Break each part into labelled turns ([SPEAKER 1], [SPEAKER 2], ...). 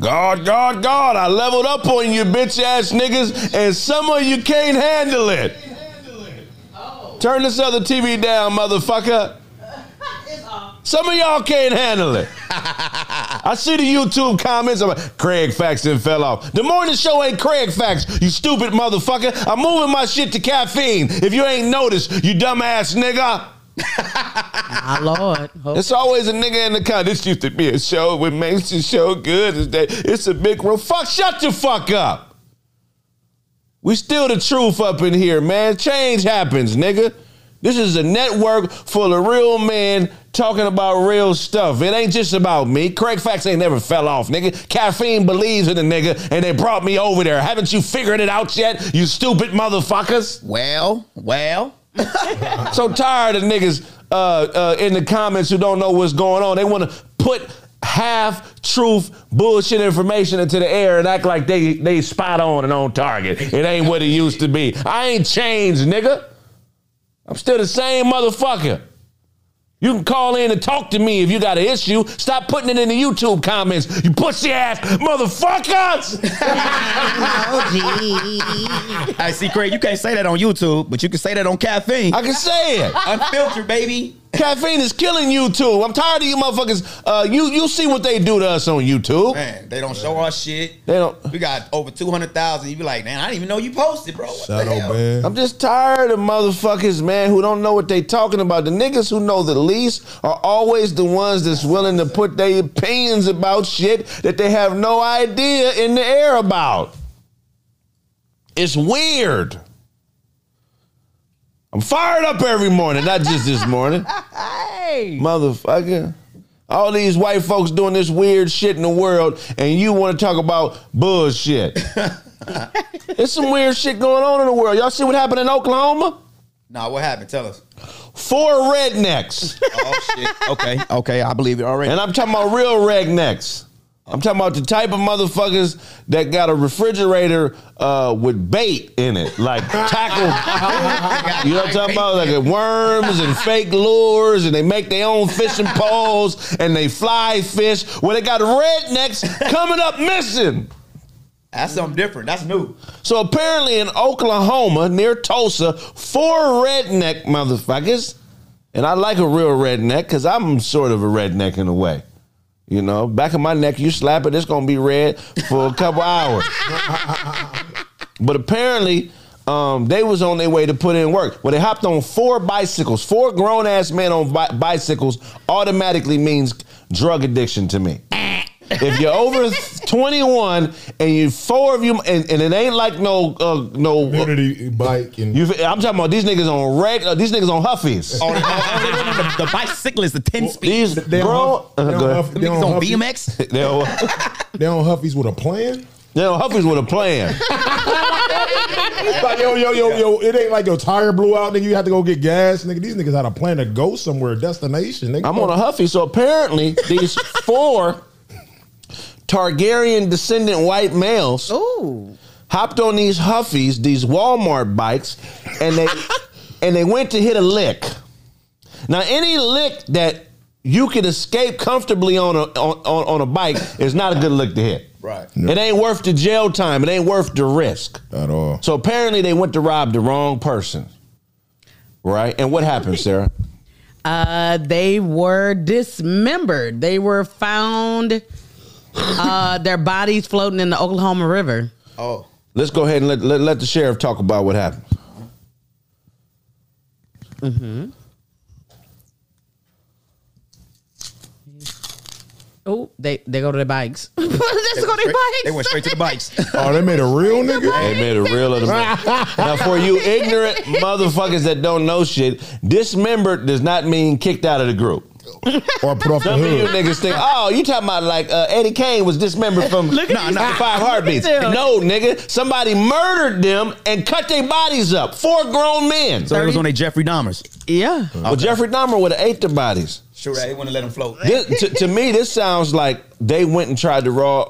[SPEAKER 1] God, God, God, I leveled up on you bitch ass niggas, and some of you can't handle it. Turn this other TV down, motherfucker. Some of y'all can't handle it. I see the YouTube comments. I'm like, Craig Faxon fell off. The morning show ain't Craig Fax, you stupid motherfucker. I'm moving my shit to caffeine. If you ain't noticed, you dumbass nigga.
[SPEAKER 2] My lord. Hope-
[SPEAKER 1] It's always a nigga in the car. This used to be a show. What makes the show good is that it's a big room. Fuck, shut the fuck up. We still the truth up in here, man. Change happens, nigga. This is a network full of real men talking about real stuff. It ain't just about me. Craig Facts ain't never fell off, nigga. Caffeine believes in the nigga, and they brought me over there. Haven't you figured it out yet, you stupid motherfuckers?
[SPEAKER 3] Well, well.
[SPEAKER 1] so tired of niggas uh, uh, in the comments who don't know what's going on. They want to put half truth bullshit information into the air and act like they they spot on and on target. It ain't what it used to be. I ain't changed, nigga. I'm still the same motherfucker. You can call in and talk to me if you got an issue. Stop putting it in the YouTube comments, you pussy ass motherfuckers.
[SPEAKER 2] Oh,
[SPEAKER 3] I see, Craig, you can't say that on YouTube, but you can say that on caffeine.
[SPEAKER 1] I can say it.
[SPEAKER 3] Unfiltered, baby.
[SPEAKER 1] Caffeine is killing YouTube. I'm tired of you motherfuckers. Uh, you you see what they do to us on YouTube.
[SPEAKER 3] Man, they don't show our shit.
[SPEAKER 1] They don't.
[SPEAKER 3] We got over 200,000. You be like, man, I didn't even know you posted, bro. What the hell?
[SPEAKER 4] Saddlebag.
[SPEAKER 1] I'm just tired of motherfuckers, man, who don't know what they talking about. The niggas who know the least are always the ones that's willing to put their opinions about shit that they have no idea in the air about. It's weird. I'm fired up every morning, not just this morning. Motherfucker. All these white folks doing this weird shit in the world, and you want to talk about bullshit. There's some weird shit going on in the world. Y'all see what happened in Oklahoma?
[SPEAKER 3] Nah, what happened? Tell us.
[SPEAKER 1] Four rednecks.
[SPEAKER 3] Oh, shit. Okay, okay, I believe it already.
[SPEAKER 1] and I'm talking about real rednecks. I'm talking about the type of motherfuckers that got a refrigerator uh, with bait in it, like tackle. you know what I'm talking about? Like worms and fake lures, and they make their own fishing poles and they fly fish. Well, they got rednecks coming up missing.
[SPEAKER 3] That's something different. That's new.
[SPEAKER 1] So apparently in Oklahoma, near Tulsa, four redneck motherfuckers, and I like a real redneck because I'm sort of a redneck in a way. You know, back of my neck, you slap it, it's gonna be red for a couple hours. But apparently, um, they was on their way to put in work. Well, they hopped on four bicycles. Four grown ass men on bi- bicycles automatically means drug addiction to me. if you're over 21 and you four of you, and, and it ain't like no uh, no.
[SPEAKER 4] Community bike and
[SPEAKER 1] You, I'm talking about these niggas on reg. Uh, these niggas on huffies.
[SPEAKER 3] Oh, the, the, the bicyclist, the 10 speed.
[SPEAKER 1] These
[SPEAKER 4] they
[SPEAKER 1] grown.
[SPEAKER 4] on, Huff- they,
[SPEAKER 1] Uh,
[SPEAKER 4] on
[SPEAKER 1] go ahead.
[SPEAKER 4] Huff-
[SPEAKER 3] Them
[SPEAKER 4] they,
[SPEAKER 3] niggas
[SPEAKER 4] on
[SPEAKER 3] on
[SPEAKER 4] Huffies,
[SPEAKER 3] BMX?
[SPEAKER 1] they on
[SPEAKER 4] they on Huffies with a plan.
[SPEAKER 1] they on huffies with a plan.
[SPEAKER 4] It's like yo, yo, yo, yo. It ain't like your tire blew out, nigga. You have to go get gas, nigga. These niggas had a plan to go somewhere, destination. Nigga.
[SPEAKER 1] I'm on a Huffy. So apparently, these four Targaryen descendant white males
[SPEAKER 2] Ooh.
[SPEAKER 1] hopped on these Huffies, these Walmart bikes, and they and they went to hit a lick. Now, any lick that you can escape comfortably on a on, on, on a bike is not a good lick to hit.
[SPEAKER 3] Right.
[SPEAKER 1] It ain't worth the jail time. It ain't worth the risk.
[SPEAKER 4] at all.
[SPEAKER 1] So apparently, they went to rob the wrong person. Right? And what happened, Sarah?
[SPEAKER 2] Uh, they were dismembered. They were found, uh, their bodies floating in the Oklahoma River.
[SPEAKER 3] Oh.
[SPEAKER 1] Let's go ahead and let, let, let the sheriff talk about what happened.
[SPEAKER 2] Mm-hmm. Oh, they, they go to their bikes. Let's go to their bikes.
[SPEAKER 3] They went straight to the bikes.
[SPEAKER 4] Oh, they made a real nigga.
[SPEAKER 1] They made a real of the Now, for you ignorant motherfuckers that don't know shit, dismembered does not mean kicked out of the group.
[SPEAKER 4] or put off the
[SPEAKER 1] Some of you
[SPEAKER 4] hood.
[SPEAKER 1] niggas think, oh, you talking about like uh, Eddie Kane was dismembered from
[SPEAKER 3] at you.
[SPEAKER 1] the Five Heartbeats.
[SPEAKER 2] Look at you.
[SPEAKER 1] No, nigga, somebody murdered them and cut their bodies up. Four grown men.
[SPEAKER 3] So it was on a Jeffrey Dahmer's.
[SPEAKER 2] yeah.
[SPEAKER 1] Well, Jeffrey Dahmer would have ate their bodies.
[SPEAKER 3] Sure, they wouldn't let him float.
[SPEAKER 1] This- to, to me, this sounds like they went and tried to raw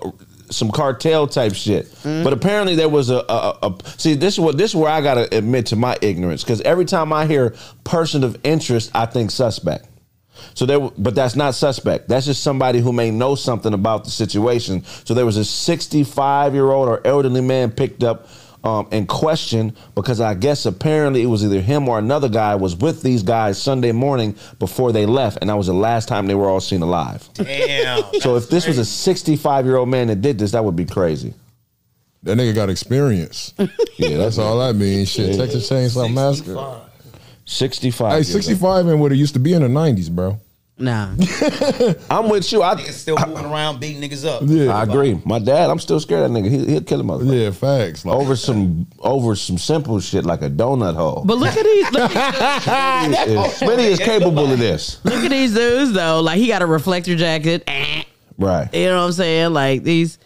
[SPEAKER 1] some cartel type shit. But apparently, there was a, a, a see. This is what this is where I gotta admit to my ignorance because every time I hear person of interest, I think suspect. So there, w- but that's not suspect. That's just somebody who may know something about the situation. So there was a 65 year old or elderly man picked up um, and questioned because I guess apparently it was either him or another guy was with these guys Sunday morning before they left, and that was the last time they were all seen alive.
[SPEAKER 3] Damn.
[SPEAKER 1] So if this was a 65 year old man that did this, that would be crazy.
[SPEAKER 5] That nigga got experience.
[SPEAKER 1] Yeah,
[SPEAKER 5] That's all I mean. Shit, Texas Chainsaw Massacre.
[SPEAKER 3] 65.
[SPEAKER 1] 65.
[SPEAKER 5] Hey,
[SPEAKER 1] years old.
[SPEAKER 5] 65 and what it used to be in the 90s, bro.
[SPEAKER 2] Nah.
[SPEAKER 1] I'm with you. I,
[SPEAKER 3] Niggas still moving around, beating niggas up.
[SPEAKER 1] I
[SPEAKER 5] Yeah,
[SPEAKER 1] agree. My dad, I'm still scared of that nigga. He, he'll kill a motherfucker.
[SPEAKER 5] yeah, facts. Like,
[SPEAKER 1] Over some over some simple shit like a donut hole.
[SPEAKER 2] But look at these look,
[SPEAKER 1] If Smitty is capable of this.
[SPEAKER 2] look at these dudes though. Like he got a reflector jacket. Eh.
[SPEAKER 1] Right.
[SPEAKER 2] You know what I'm saying? Like these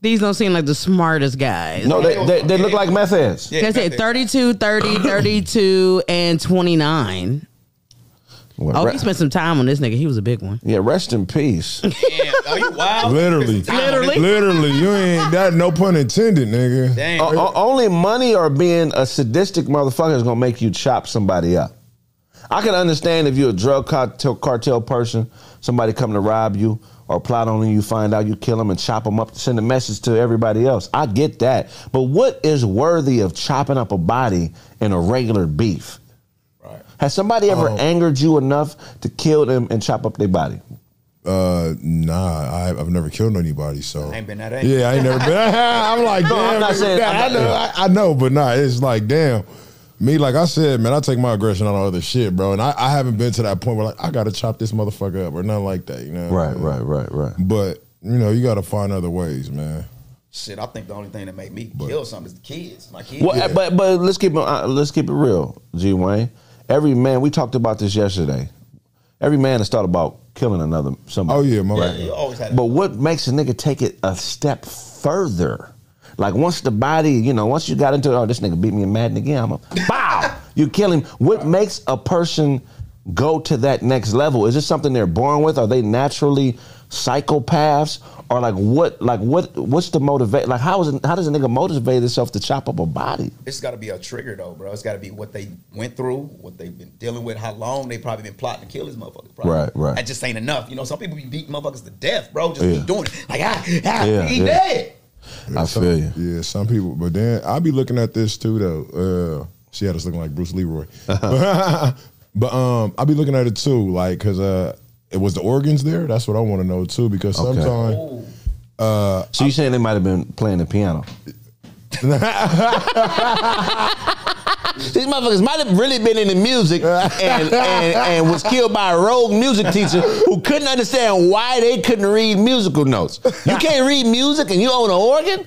[SPEAKER 2] these don't seem like the smartest guys.
[SPEAKER 1] No, they, they, they look like meth heads.
[SPEAKER 3] Yeah,
[SPEAKER 2] That's it.
[SPEAKER 3] nothing.
[SPEAKER 2] 32, 30, 32, and 29.
[SPEAKER 1] Well,
[SPEAKER 2] Oh,
[SPEAKER 1] re-
[SPEAKER 2] he spent some time on this nigga. He was a big one.
[SPEAKER 1] yeah, rest in peace.
[SPEAKER 3] Damn. Are you wild?
[SPEAKER 5] Literally.
[SPEAKER 2] Literally.
[SPEAKER 5] Literally, you ain't that no pun intended, nigga.
[SPEAKER 3] Damn.
[SPEAKER 1] O- o- only money or being a sadistic motherfucker is gonna make you chop somebody up. I can understand if you're a drug cartel, cartel person, somebody come to rob you or plot on you, find out you kill them and chop them up, send a message to everybody else. I get that. But what is worthy of chopping up a body in a regular beef? Has somebody
[SPEAKER 5] Oh.
[SPEAKER 1] ever angered you enough to kill them and chop up their body?
[SPEAKER 5] Uh, nah, I, I've never killed anybody, so
[SPEAKER 3] I ain't been that angry.
[SPEAKER 5] Yeah, I ain't never been. I'm like, damn,
[SPEAKER 1] I'm not
[SPEAKER 5] nigga,
[SPEAKER 1] saying-
[SPEAKER 5] nah, i
[SPEAKER 1] I'm not-
[SPEAKER 5] know, I, I know, but nah, it's like, damn. Me, like I said, man, I take my aggression out on other shit, bro, and I, I haven't been to that point where like I gotta chop this motherfucker up or nothing like that, you know? what I mean?
[SPEAKER 1] right, right.
[SPEAKER 5] But you know, you gotta find other ways, man.
[SPEAKER 3] Shit, I think the only thing that made me kill something is the kids. My kids.
[SPEAKER 1] Well, but but let's keep it uh, let's keep it real, G Wayne. Every man we talked about this yesterday. Every man has thought about killing another somebody.
[SPEAKER 5] Oh yeah, my
[SPEAKER 3] Yeah,
[SPEAKER 5] bad.
[SPEAKER 3] you always had
[SPEAKER 1] But what makes a nigga take it a step further? Like once the body, you know, once you got into oh this nigga beat me and mad again, I'm a bow. you kill him. What makes a person go to that next level? Is this something they're born with? Are they naturally psychopaths? Or like what? Like what? What's the motivate? Like how is it, how does a nigga motivate himself to chop up a body?
[SPEAKER 3] It's got to be a trigger though, bro. It's got to be what they went through, what they've been dealing with, how long they probably been plotting to kill this motherfucker. Probably.
[SPEAKER 1] Right, right.
[SPEAKER 3] That just ain't enough. You know, some people be beating motherfuckers to death, bro. Just
[SPEAKER 1] Yeah.
[SPEAKER 3] keep doing it. Like, ah, ah,
[SPEAKER 1] Yeah,
[SPEAKER 3] he
[SPEAKER 1] yeah.
[SPEAKER 3] dead.
[SPEAKER 1] I
[SPEAKER 5] Some-
[SPEAKER 1] feel you.
[SPEAKER 5] Yeah, some people, but then I be looking at this too though. Uh, she had us looking like Bruce Leroy, but um, I be looking at it too, like because uh, it was the organs there. That's what I want to know too, because
[SPEAKER 1] Okay.
[SPEAKER 5] sometimes
[SPEAKER 3] Ooh.
[SPEAKER 5] Uh,
[SPEAKER 1] So you saying they might have been playing the piano? These motherfuckers might have really been into music and, and, and was killed by a rogue music teacher who couldn't understand why they couldn't read musical notes. You can't read music and you own an organ?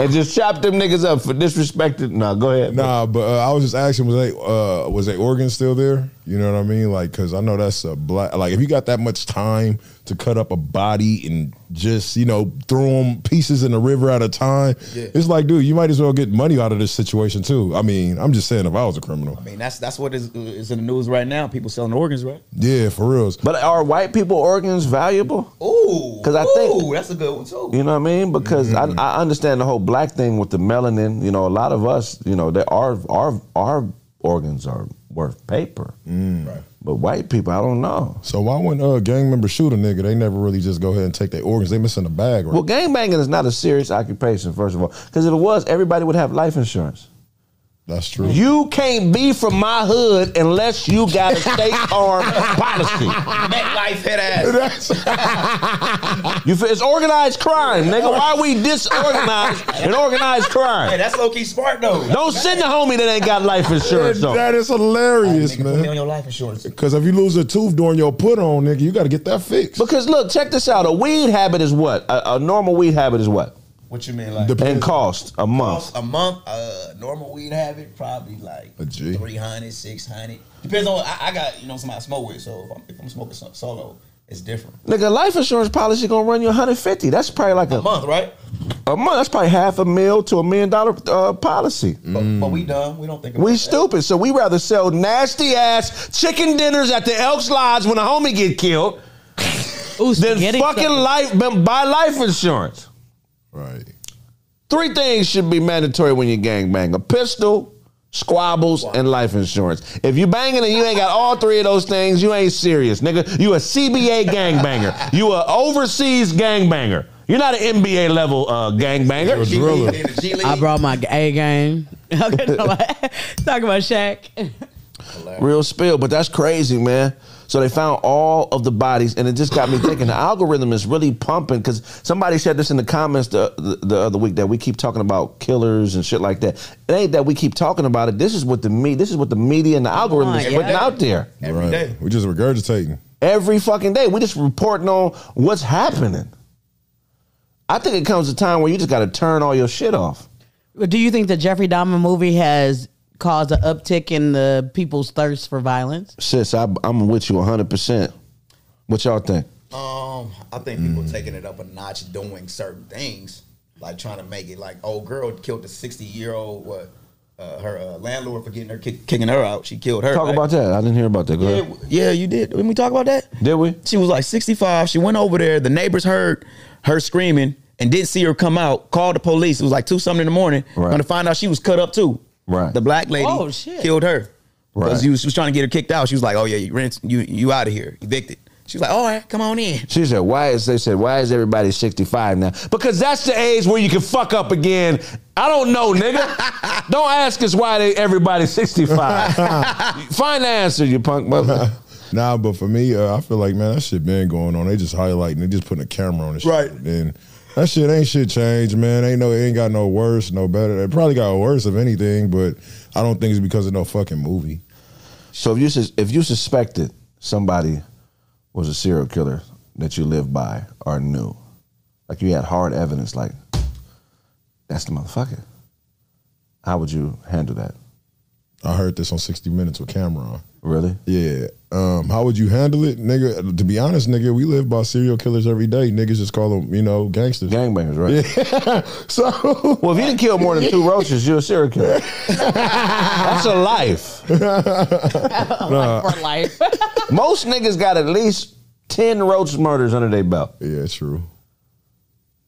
[SPEAKER 1] and just chop them niggas up for disrespecting. No, go ahead.
[SPEAKER 5] Nah, but uh, I was just asking, was they uh, was they organ still there? You know what I mean? Like, cause I know that's a black. Like, if you got that much time to cut up a body and just you know throw them pieces in the river at a time,
[SPEAKER 3] Yeah.
[SPEAKER 5] it's like, dude, you might as well get money out of this situation too. I mean, I'm just saying, if I was a criminal,
[SPEAKER 3] I mean, that's that's what is, is in the news right now. People selling organs, right?
[SPEAKER 5] yeah, for reals.
[SPEAKER 1] But are white people organs valuable?
[SPEAKER 3] Ooh,
[SPEAKER 1] 'Cause I think-
[SPEAKER 3] Ooh, that's a good one too.
[SPEAKER 1] You know what I mean? Because I, I understand the whole black thing with the melanin. You know, a lot of us, you know, that our our our organs are worth paper.
[SPEAKER 3] Mm.
[SPEAKER 5] Right.
[SPEAKER 1] But white people, I don't know.
[SPEAKER 5] So why wouldn't uh, gang members shoot a nigga? They never really just go ahead and take their organs. They missing a bag, right?
[SPEAKER 1] Well, gangbanging is not a serious occupation, first of all. Because if it was, everybody would have life insurance.
[SPEAKER 5] That's true.
[SPEAKER 1] You can't be from my hood unless you got a state armed policy.
[SPEAKER 3] MetLife head ass.
[SPEAKER 5] That's-
[SPEAKER 1] You feel, it's organized crime, nigga. Why are we disorganized and organized
[SPEAKER 3] Hey,
[SPEAKER 1] crime?
[SPEAKER 3] that's low key smart though.
[SPEAKER 1] Don't send a homie that ain't got life insurance, though.
[SPEAKER 5] that is hilarious,
[SPEAKER 3] Nigga, put me on
[SPEAKER 5] man.
[SPEAKER 3] your life insurance.
[SPEAKER 5] Because if you lose a tooth during your put on, nigga, you got to get that fixed.
[SPEAKER 1] Because look, check this out. A weed habit is what? A, a normal weed habit is what?
[SPEAKER 3] What you mean, like
[SPEAKER 5] The-
[SPEAKER 1] And cost a month.
[SPEAKER 3] a month? Uh, normal weed habit probably like
[SPEAKER 5] A G.
[SPEAKER 3] 300, 600. Depends on what I, I got. You know, somebody I smoke with. So if I'm, if I'm smoking so- solo, it's different.
[SPEAKER 1] Nigga, life insurance policy gonna run you 150. That's probably like
[SPEAKER 3] A
[SPEAKER 1] a,
[SPEAKER 3] month, right?
[SPEAKER 1] a month. That's probably half a mil to a million dollar uh, policy.
[SPEAKER 3] But,
[SPEAKER 5] Mm.
[SPEAKER 3] but we done. We don't think about
[SPEAKER 1] We
[SPEAKER 3] that.
[SPEAKER 1] stupid, so we rather sell nasty ass chicken dinners at the Elks Lodge when a homie get killed
[SPEAKER 2] Ooh,
[SPEAKER 1] than
[SPEAKER 2] spaghetti
[SPEAKER 1] fucking
[SPEAKER 2] sauce.
[SPEAKER 1] life buy life insurance.
[SPEAKER 5] Right.
[SPEAKER 1] Three things should be mandatory when you gangbang: a pistol, squabbles, and life insurance. If you banging and you ain't got all three of those things, you ain't serious, nigga. You a CBA gangbanger. You a overseas gangbanger. You're not an NBA level uh, gangbanger.
[SPEAKER 5] You're a driller.
[SPEAKER 2] I brought my A game. Okay, no, like, talk about Shaq.
[SPEAKER 1] Real spill, but that's crazy, man. So they found all of the bodies, and it just got me thinking. The algorithm is really pumping because somebody said this in the comments the, the the other week that we keep talking about killers and shit like that. It ain't that we keep talking about it. This is what the me this is what the media and the algorithm is
[SPEAKER 5] Oh
[SPEAKER 2] on,
[SPEAKER 1] putting
[SPEAKER 2] yeah.
[SPEAKER 1] out there
[SPEAKER 3] Every day.
[SPEAKER 5] We're just regurgitating.
[SPEAKER 1] every fucking day. We just reporting on what's happening. I think it comes a time where you just got to turn all your shit off.
[SPEAKER 2] Do you think the Jeffrey Dahmer movie has caused an uptick in the people's thirst for violence?
[SPEAKER 1] Sis, I, I'm with you 100. percent What y'all think?
[SPEAKER 3] Um, I think people
[SPEAKER 5] Mm.
[SPEAKER 3] taking it up a notch, doing certain things, like trying to make it like old girl killed a sixty year old what uh, her uh, landlord for getting her kick, kicking her out. She killed her.
[SPEAKER 1] Talk
[SPEAKER 3] right?
[SPEAKER 1] about that. I didn't hear about that. Go
[SPEAKER 3] Yeah,
[SPEAKER 1] ahead.
[SPEAKER 3] w- yeah, you did. Didn't we talk about that?
[SPEAKER 1] Did we?
[SPEAKER 3] She was like 65. She went over there. The neighbors heard her screaming and didn't see her come out. Called the police. It was like two something in the morning.
[SPEAKER 1] Right.
[SPEAKER 3] Going to find out she was cut up too.
[SPEAKER 1] Right.
[SPEAKER 3] The black lady
[SPEAKER 2] Oh, shit.
[SPEAKER 3] killed her.
[SPEAKER 1] Right.
[SPEAKER 3] Because she was, she was trying to get her kicked out. She was like, "Oh yeah, you rent, you you out of here, evicted." She was like, "All right, come on in."
[SPEAKER 1] She said, "Why is they said why is everybody 65 now? Because that's the age where you can fuck up again. I don't know, nigga. don't ask us why they everybody's 65. Find the answer, you punk mother.
[SPEAKER 5] Nah, but for me, uh, I feel like man, that shit been going on. They just highlighting, they just putting a camera on the shit.
[SPEAKER 3] Right.
[SPEAKER 5] And that shit ain't shit changed, man. Ain't no, it ain't got no worse, no better. It probably got worse if anything, but I don't think it's because of no fucking movie.
[SPEAKER 1] So if you sus- if you suspected somebody was a serial killer that you lived by or knew, like you had hard evidence, like that's the motherfucker. How would you handle that?
[SPEAKER 5] I heard this on 60 Minutes with Cameron.
[SPEAKER 1] Really?
[SPEAKER 5] Yeah. Um, how would you handle it, nigga? To be honest, nigga, we live by serial killers every day. Niggas just call them, you know, gangsters.
[SPEAKER 1] Gangbangers, right?
[SPEAKER 5] So
[SPEAKER 1] Well, if you didn't kill more than two roaches, you're a serial killer. That's a life.
[SPEAKER 3] Oh,
[SPEAKER 2] For life.
[SPEAKER 1] Most niggas got at least 10 roach murders under their belt.
[SPEAKER 5] yeah, true.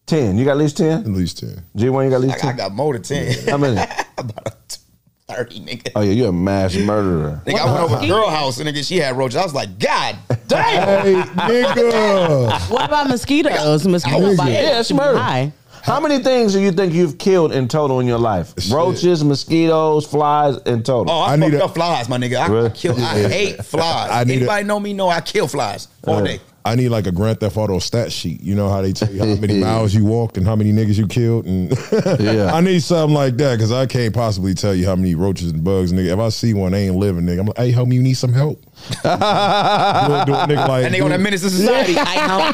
[SPEAKER 1] 10. You got at least 10?
[SPEAKER 5] At least ten.
[SPEAKER 1] G1, you got at least
[SPEAKER 3] Like, I
[SPEAKER 1] 10?
[SPEAKER 3] got more than ten.
[SPEAKER 1] How many?
[SPEAKER 3] about a t- 30, nigga.
[SPEAKER 1] Oh, yeah, you're a mass murderer.
[SPEAKER 3] Nigga, I went over to a girl house and nigga, she had roaches. I was like, God damn.
[SPEAKER 5] Hey, nigga.
[SPEAKER 2] what about mosquitoes? Mosquito
[SPEAKER 5] Nigga.
[SPEAKER 2] bites.
[SPEAKER 1] Yeah, it's murder.
[SPEAKER 2] Hi.
[SPEAKER 1] How many things do you think you've killed in total in your life?
[SPEAKER 5] Shit.
[SPEAKER 1] Roaches, mosquitoes, flies, in total.
[SPEAKER 3] Oh, I,
[SPEAKER 5] I
[SPEAKER 3] fucked
[SPEAKER 5] need a-
[SPEAKER 3] up flies, my nigga. I,
[SPEAKER 1] Really?
[SPEAKER 3] kill, I hate flies.
[SPEAKER 5] I need a-
[SPEAKER 3] Anybody know me? know I kill flies all day.
[SPEAKER 5] Uh, I need like a Grand Theft Auto stat sheet. You know how they tell you how many miles you walked and how many niggas you killed, and
[SPEAKER 1] Yeah.
[SPEAKER 5] I need something like that because I can't possibly tell you how many roaches and bugs, nigga. If I see one, they ain't living, nigga. I'm like, hey, homie, you need some help. do, it- do a nigga like,
[SPEAKER 3] And they on
[SPEAKER 5] do-
[SPEAKER 3] that menace to society. I know.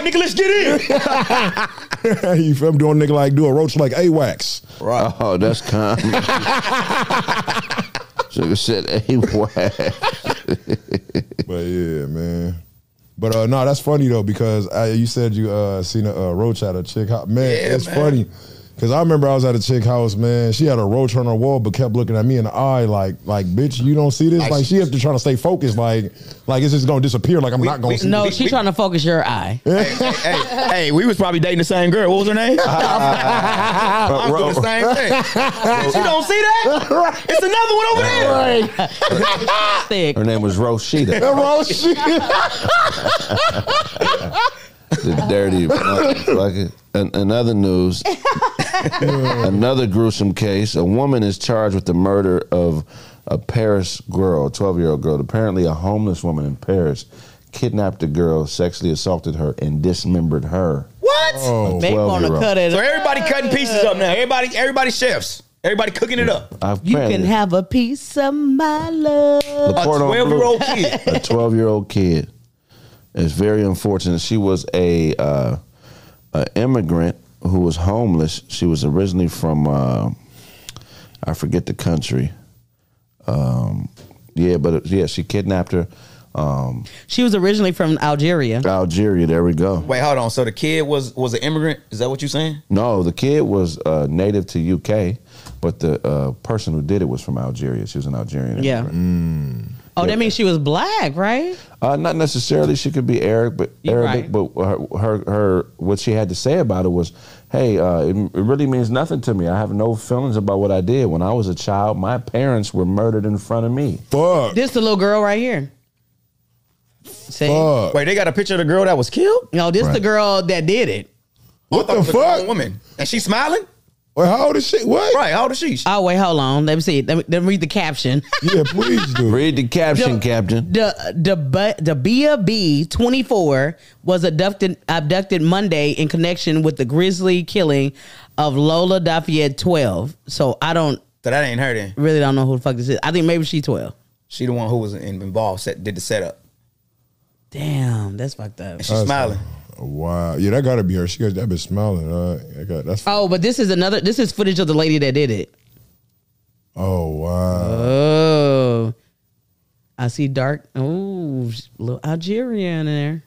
[SPEAKER 3] Hey, nigga, let's get in.
[SPEAKER 5] you feel me? Doing nigga like do a roach like a wax.
[SPEAKER 3] Right.
[SPEAKER 1] Oh, that's kind. Sugar said, hey, what?
[SPEAKER 5] But yeah, man. But uh, no, that's funny though because uh you said you uh, seen a uh, roach at a chick house. Man,
[SPEAKER 3] Yeah,
[SPEAKER 5] it's
[SPEAKER 3] man.
[SPEAKER 5] funny because I remember I was at a chick house. Man, she had a roach on her wall, but kept looking at me in the eye like, like, bitch, you don't see this.
[SPEAKER 3] Like,
[SPEAKER 5] Like she up to trying to stay focused. Like, like it's just gonna disappear. Like I'm not gonna
[SPEAKER 3] we-
[SPEAKER 5] see.
[SPEAKER 2] No,
[SPEAKER 5] this.
[SPEAKER 2] she's trying to focus your eye.
[SPEAKER 3] hey, hey, hey, we was probably dating the same girl. What was her name?
[SPEAKER 5] Uh,
[SPEAKER 3] I was doing the same thing. you don't see that? It's another one over there.
[SPEAKER 2] Thick.
[SPEAKER 1] Her name was Roshita.
[SPEAKER 5] That roach.
[SPEAKER 1] the dirty motherfucker. An- another news, another gruesome case. A woman is charged with the murder of a Paris girl, a 12 year old girl. Apparently, a homeless woman in Paris kidnapped the girl, sexually assaulted her, and dismembered her.
[SPEAKER 3] What?
[SPEAKER 5] Oh,
[SPEAKER 2] They gonna
[SPEAKER 1] 12-year-old.
[SPEAKER 2] cut it.
[SPEAKER 3] So everybody cutting pieces up now. Everybody, everybody chefs. Everybody cooking it up.
[SPEAKER 2] You can have a piece of my love.
[SPEAKER 3] A twelve-year-old kid.
[SPEAKER 1] a 12 year old kid. It's very unfortunate. She was a, uh, a immigrant who was homeless. She was originally from uh, I forget the country. Um, yeah, but it, yeah, she kidnapped her. Um,
[SPEAKER 2] She was originally from Algeria.
[SPEAKER 1] Algeria. There we go.
[SPEAKER 3] Wait, hold on. So the kid was was an immigrant. Is that what you saying?
[SPEAKER 1] No, the kid was uh, native to UK, but the uh, person who did it was from Algeria. She was an Algerian.
[SPEAKER 2] Yeah.
[SPEAKER 1] immigrant.
[SPEAKER 2] Oh, that means she was black, right?
[SPEAKER 1] Uh, not necessarily. She could be Eric, but
[SPEAKER 2] You're
[SPEAKER 1] Arabic,
[SPEAKER 2] right.
[SPEAKER 1] but her, her her what she had to say about it was, "Hey, uh, it, it really means nothing to me. I have no feelings about what I did when I was a child. My parents were murdered in front of me.
[SPEAKER 5] Fuck.
[SPEAKER 2] This the little girl right here. See?
[SPEAKER 5] Fuck.
[SPEAKER 3] Wait, they got a picture of the girl that was killed?
[SPEAKER 2] No, this the
[SPEAKER 5] Right.
[SPEAKER 2] girl that did it.
[SPEAKER 5] What
[SPEAKER 3] It
[SPEAKER 5] the
[SPEAKER 3] was a grown
[SPEAKER 5] fuck?
[SPEAKER 3] woman. And she smiling?
[SPEAKER 5] Wait, how old is she? What?
[SPEAKER 3] Right, how old is she?
[SPEAKER 2] Oh wait, hold on. Let me see. Let me, let me read the caption.
[SPEAKER 5] Yeah, please do.
[SPEAKER 1] Read the caption,
[SPEAKER 2] Yo-
[SPEAKER 1] Captain.
[SPEAKER 2] The the but the Bia B twenty four was abducted abducted Monday in connection with the grisly killing of Lola Dafiet twelve. So I don't
[SPEAKER 3] So that ain't her then.
[SPEAKER 2] really don't know who the fuck this is. I think maybe she twelve.
[SPEAKER 3] She the one who was in- involved, set, did the setup.
[SPEAKER 2] Damn, that's fucked up.
[SPEAKER 3] She's smiling.
[SPEAKER 5] Wow. Yeah, that gotta be her. She got that been smiling. Uh, I got that's.
[SPEAKER 2] Oh, but this is another. This is footage of the lady that did it.
[SPEAKER 5] Oh wow.
[SPEAKER 3] Uh.
[SPEAKER 2] Oh, I see dark. Oh, little Algerian in there.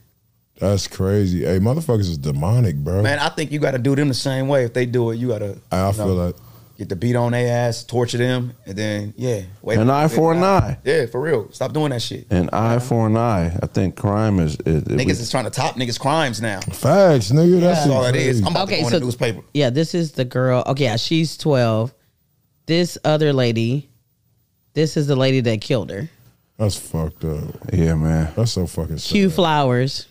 [SPEAKER 5] That's crazy. Hey, motherfuckers is demonic, bro.
[SPEAKER 3] Man, I think you got to do them the same way. If they do it, you got to.
[SPEAKER 5] I, I feel that.
[SPEAKER 3] Get the beat on their ass, torture them, and then yeah, wait.
[SPEAKER 1] An eye for an eye.
[SPEAKER 3] Yeah, for real. Stop doing that shit.
[SPEAKER 1] An eye for an eye. I think crime is. It, it
[SPEAKER 3] Niggas
[SPEAKER 1] was-
[SPEAKER 3] is trying to top niggas' crimes now. That's
[SPEAKER 5] Facts, nigga. That's
[SPEAKER 3] all it is.
[SPEAKER 5] crazy.
[SPEAKER 3] I'm about
[SPEAKER 2] Okay,
[SPEAKER 3] to go
[SPEAKER 2] so-
[SPEAKER 3] in the newspaper.
[SPEAKER 2] Yeah, this is the girl. Okay, yeah, she's 12. This other lady, this is the lady that killed her.
[SPEAKER 5] That's fucked up.
[SPEAKER 1] yeah, man.
[SPEAKER 5] That's so fucking sad.
[SPEAKER 2] Q Flowers.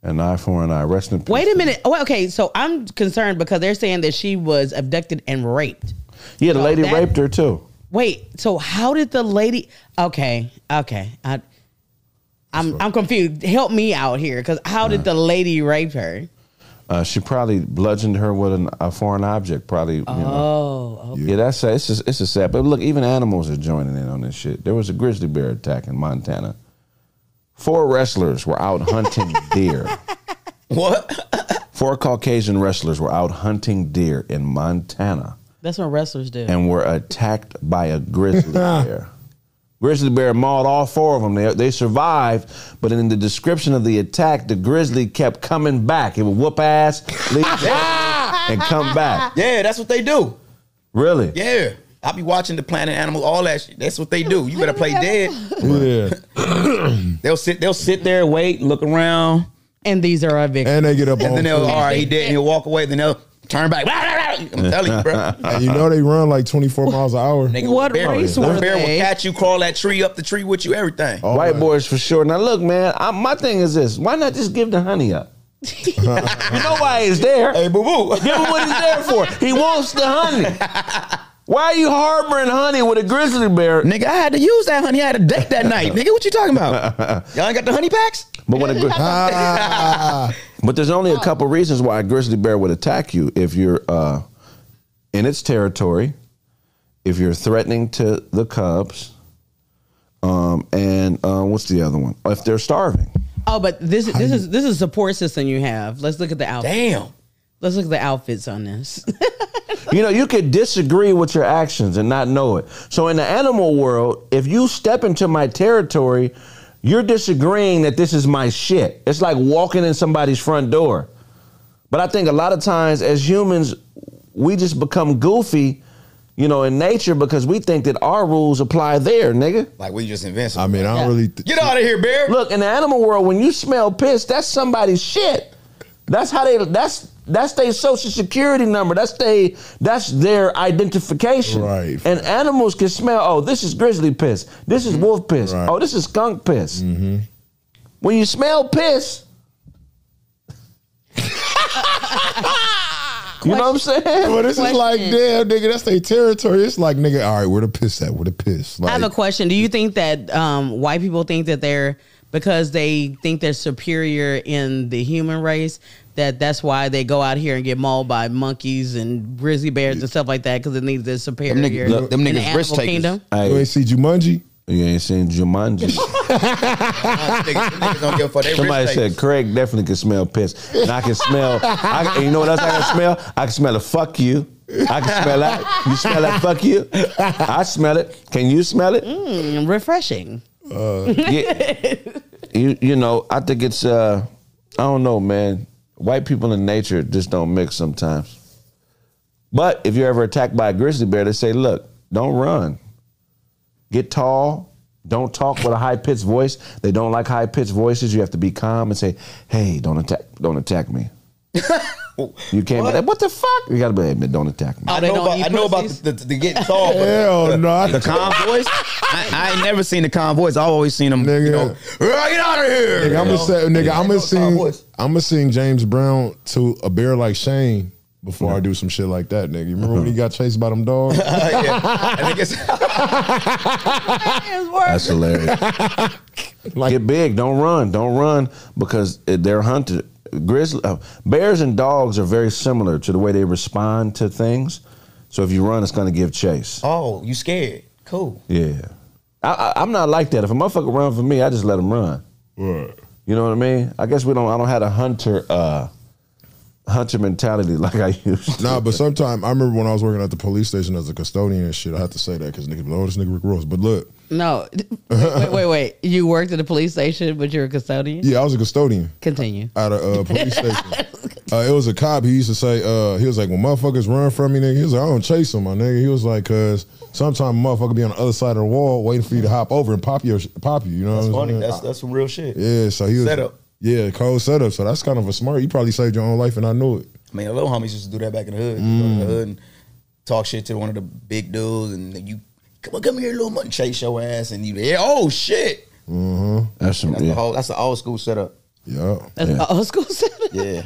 [SPEAKER 1] An eye for an eye. Rest in peace.
[SPEAKER 2] Wait a minute. Oh, okay, so I'm concerned because they're saying that she was abducted and raped.
[SPEAKER 1] Yeah, the
[SPEAKER 2] Oh,
[SPEAKER 1] lady
[SPEAKER 2] that-
[SPEAKER 1] raped her too.
[SPEAKER 2] Wait, so how did the lady Okay, okay. I I'm I'm confused. Help me out here cuz how did the lady rape her?
[SPEAKER 1] Uh, she probably bludgeoned her with an, a foreign object. Probably. You know.
[SPEAKER 2] Oh, okay.
[SPEAKER 1] Yeah, that's sad. It's just, it's just sad. But look, even animals are joining in on this shit. There was a grizzly bear attack in Montana. Four wrestlers were out hunting deer.
[SPEAKER 3] What?
[SPEAKER 1] Four Caucasian wrestlers were out hunting deer in Montana
[SPEAKER 2] That's what wrestlers do.
[SPEAKER 1] and were attacked by a grizzly bear. Grizzly bear mauled all four of them. They, they survived, but in the description of the attack, the grizzly kept coming back. It would whoop ass, leave and come back.
[SPEAKER 3] Yeah, that's what they do.
[SPEAKER 1] Really?
[SPEAKER 3] Yeah, I be watching the Planet Animal, all that shit. That's what they do. You better play dead.
[SPEAKER 5] Yeah.
[SPEAKER 3] They'll sit. They'll sit there, wait, look around,
[SPEAKER 2] And these are our victims.
[SPEAKER 5] And they get up
[SPEAKER 3] and
[SPEAKER 5] on
[SPEAKER 3] then they'll
[SPEAKER 5] film.
[SPEAKER 3] all right, he dead, and he'll walk away. Then they'll turn back. I'm telling you, bro.
[SPEAKER 5] And you know they run like 24 miles an hour.
[SPEAKER 3] Nigga,
[SPEAKER 2] What
[SPEAKER 3] bear,
[SPEAKER 2] race
[SPEAKER 3] the
[SPEAKER 2] were
[SPEAKER 3] bear will
[SPEAKER 2] they?
[SPEAKER 3] catch you, crawl that tree up the tree with you, everything.
[SPEAKER 5] All
[SPEAKER 1] White
[SPEAKER 5] that.
[SPEAKER 1] boys for sure. Now look, man, I, my thing is this: why not just give the honey up? you know why he's there?
[SPEAKER 3] Hey, boo boo.
[SPEAKER 1] Give him what he's there for. He wants the honey. Why are you harboring honey with a grizzly bear?
[SPEAKER 3] Nigga, I had to use that honey. I had a date that night. Nigga, what you talking about? Y'all ain't got the honey packs?
[SPEAKER 1] But when a gri-
[SPEAKER 5] Ah,
[SPEAKER 1] but there's only a couple reasons why a grizzly bear would attack you if you're uh, in its territory, if you're threatening to the cubs, um, and uh, what's the other one? If they're starving.
[SPEAKER 2] Oh, but this this is this is support system you have. Let's look at the outfit.
[SPEAKER 3] Damn.
[SPEAKER 2] Let's look at the outfits on this.
[SPEAKER 1] You know, you could disagree with your actions and not know it. So in the animal world, if you step into my territory, you're disagreeing that this is my shit. It's like walking in somebody's front door. But I think a lot of times as humans, we just become goofy, you know, in nature because we think that our rules apply there, nigga.
[SPEAKER 3] Like, we just invincible.
[SPEAKER 5] I mean, I don't really. Th-
[SPEAKER 3] Get out of here, bear.
[SPEAKER 1] Look, in the animal world, when you smell piss, that's somebody's shit. That's how they that's that's their social security number. That's they that's their identification.
[SPEAKER 5] Right. Mm-hmm.
[SPEAKER 1] And animals can smell, oh, this is grizzly piss. This is wolf piss.
[SPEAKER 5] Right. Mm-hmm.
[SPEAKER 1] Oh, this is skunk piss. When you smell piss, you know what I'm saying?
[SPEAKER 5] but this is like, damn, nigga, that's their territory. It's like, nigga, all right, where the piss at? Where the piss?
[SPEAKER 2] I
[SPEAKER 5] Like,
[SPEAKER 2] have a question. Do you think that um, white people think that they're because they think they're superior in the human race that that's why they go out here and get mauled by monkeys and grizzly bears and stuff like that because it needs this superior.
[SPEAKER 3] niggas- look, them
[SPEAKER 2] in the
[SPEAKER 3] niggas
[SPEAKER 2] animal
[SPEAKER 3] risk takers.
[SPEAKER 2] kingdom?
[SPEAKER 5] you ain't see Jumanji?
[SPEAKER 1] You ain't seen Jumanji.
[SPEAKER 3] Niggas, niggas don't give a fuck. They
[SPEAKER 1] Somebody
[SPEAKER 3] risk
[SPEAKER 1] said
[SPEAKER 3] takers.
[SPEAKER 1] Craig definitely can smell piss, and I can smell. I, and you know what else I can smell? I can smell a fuck you. I can smell that. You smell that fuck you? I smell it. Can you smell it?
[SPEAKER 2] Mm, refreshing. Uh.
[SPEAKER 1] Yeah. You you know I think it's uh I don't know man. White people in nature just don't mix sometimes. But if you're ever attacked by a grizzly bear, they say, look, don't run. Get tall, Don't talk with a high pitched voice. They don't like high pitched voices. You have to be calm and say, "Hey, don't attack, don't attack me." you can't. What?
[SPEAKER 3] What?
[SPEAKER 1] the fuck? You gotta be. Hey, man, don't attack me.
[SPEAKER 3] I
[SPEAKER 2] they
[SPEAKER 3] know
[SPEAKER 2] don't
[SPEAKER 3] about,
[SPEAKER 2] eat
[SPEAKER 3] I know about
[SPEAKER 2] pussies?
[SPEAKER 3] the, the, the getting tall, but
[SPEAKER 5] Hell no. I-
[SPEAKER 3] the convoys. I, I ain't never seen the convoys. I always seen them.
[SPEAKER 5] Nigga.
[SPEAKER 3] You know, "Rah, get out of here.
[SPEAKER 5] Nigga, I'm
[SPEAKER 3] You
[SPEAKER 5] gonna
[SPEAKER 3] know?
[SPEAKER 5] say, nigga, I'm
[SPEAKER 3] I know
[SPEAKER 5] gonna sing,
[SPEAKER 3] Cowboys.
[SPEAKER 5] I'm gonna sing James Brown to a bear like Shane before I do some shit like that, nigga. You remember when he got chased by them dogs?
[SPEAKER 3] Uh, yeah. I think it's-
[SPEAKER 1] That's hilarious. Get big. Don't run. Don't run because uh, they're hunted. Grizzly uh, bears and dogs are very similar to the way they respond to things. So if you run, it's gonna give chase.
[SPEAKER 3] oh, you scared? Cool.
[SPEAKER 1] Yeah, I, I, I'm not like that. If a motherfucker run for me, I just let him run. You know what I mean? I guess we don't. I don't have a hunter uh, hunter mentality like I used. to.
[SPEAKER 5] Nah, but sometime I remember when I was working at the police station as a custodian and shit. I had to say that because nigga, oh, this nigga Rick Ross. But look,
[SPEAKER 2] No, wait, wait, wait, wait. You worked at the police station, but you're a custodian.
[SPEAKER 5] yeah, I was a custodian
[SPEAKER 2] Continue.
[SPEAKER 5] at a uh, police station. Uh, it was a cop. He used to say, uh, he was like, when motherfuckers run from me, nigga, he was like, I don't chase them, my nigga. He was like, cause sometimes a motherfucker be on the other side of the wall waiting for you to hop over and pop your pop you. You know
[SPEAKER 3] That's
[SPEAKER 5] what I'm
[SPEAKER 3] funny.
[SPEAKER 5] saying?
[SPEAKER 3] That's that's some real shit.
[SPEAKER 5] Yeah, so he was
[SPEAKER 3] Setup.
[SPEAKER 5] Yeah, cold setup. So that's kind of a smart. You probably saved your own life, and I knew it.
[SPEAKER 3] I mean, the little homies used to do that back in the hood. You go to
[SPEAKER 5] Mm.
[SPEAKER 3] the hood and talk shit to one of the big dudes, and then you come on, come here, little man, chase your ass, and you there. Oh shit! Mm-hmm.
[SPEAKER 1] That's some,
[SPEAKER 3] That's the
[SPEAKER 1] yeah.
[SPEAKER 3] whole. That's the old school setup.
[SPEAKER 5] Yeah,
[SPEAKER 2] That's
[SPEAKER 1] Yeah.
[SPEAKER 2] old school.
[SPEAKER 3] Yeah.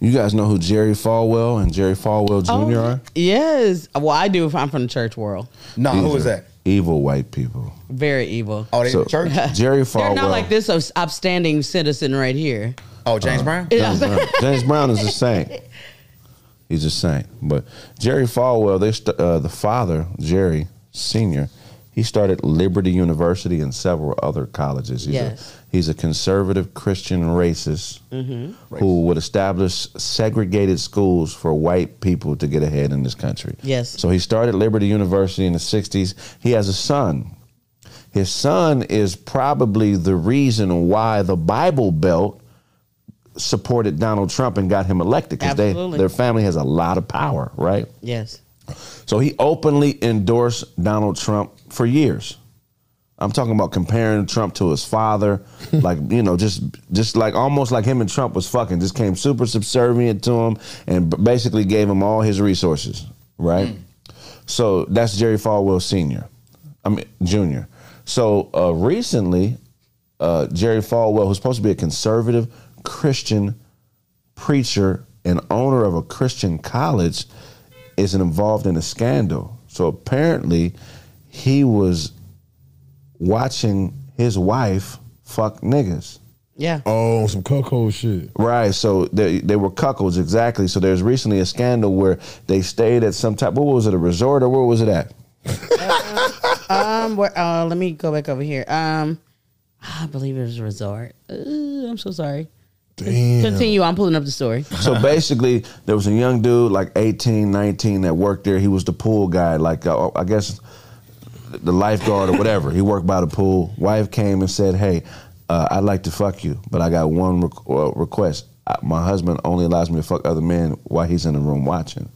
[SPEAKER 1] You guys know who Jerry Falwell and Jerry Falwell
[SPEAKER 2] Oh,
[SPEAKER 1] Jr. are?
[SPEAKER 2] Yes. Well, I do if I'm from the church world.
[SPEAKER 3] No, nah, who was that?
[SPEAKER 1] Evil white people.
[SPEAKER 2] Very evil.
[SPEAKER 3] Oh, they in
[SPEAKER 1] So Oh,
[SPEAKER 3] the church.
[SPEAKER 1] Jerry
[SPEAKER 2] They're
[SPEAKER 1] Falwell.
[SPEAKER 2] not like this obs- upstanding citizen right here.
[SPEAKER 3] Oh, James Brown.
[SPEAKER 1] James Brown. James Brown is a saint. He's a saint. But Jerry Falwell, they st- uh, the father, Jerry Senior, he started Liberty University and several other colleges. He's,
[SPEAKER 2] Yes.
[SPEAKER 1] a, he's a conservative Christian racist
[SPEAKER 2] Mm-hmm.
[SPEAKER 1] who would establish segregated schools for white people to get ahead in this country.
[SPEAKER 2] Yes.
[SPEAKER 1] So he started Liberty University in the '60s. He has a son. His son is probably the reason why the Bible Belt supported Donald Trump and got him elected because they
[SPEAKER 2] Absolutely.
[SPEAKER 1] their family has a lot of power, right?
[SPEAKER 2] Yes.
[SPEAKER 1] So he openly endorsed Donald Trump for years. I'm talking about comparing Trump to his father, like you know, just just like almost like him and Trump was fucking. Just came super subservient to him and b- basically gave him all his resources, right? So that's Jerry Falwell Senior, I mean Junior. So uh, recently, uh, Jerry Falwell, who's supposed to be a conservative Christian preacher and owner of a Christian college is involved in a scandal. So apparently, he was watching his wife fuck niggas.
[SPEAKER 2] Yeah.
[SPEAKER 5] Oh, some cuckold shit.
[SPEAKER 1] Right, so they they were cuckolds exactly. So there's recently a scandal where they stayed at some type. What was it? A resort or where was it at?
[SPEAKER 2] Um. Where, uh, let me go back over here. Um. I believe it was a resort. Ooh, I'm so sorry.
[SPEAKER 5] Damn.
[SPEAKER 2] Continue. I'm pulling up the story.
[SPEAKER 1] so basically there was a young dude like 18 19 that worked there he was the pool guy like uh, i guess the lifeguard or whatever he worked by the pool wife came and said hey uh, i'd like to fuck you but i got one requ- uh, request I, my husband only allows me to fuck other men while he's in the room watching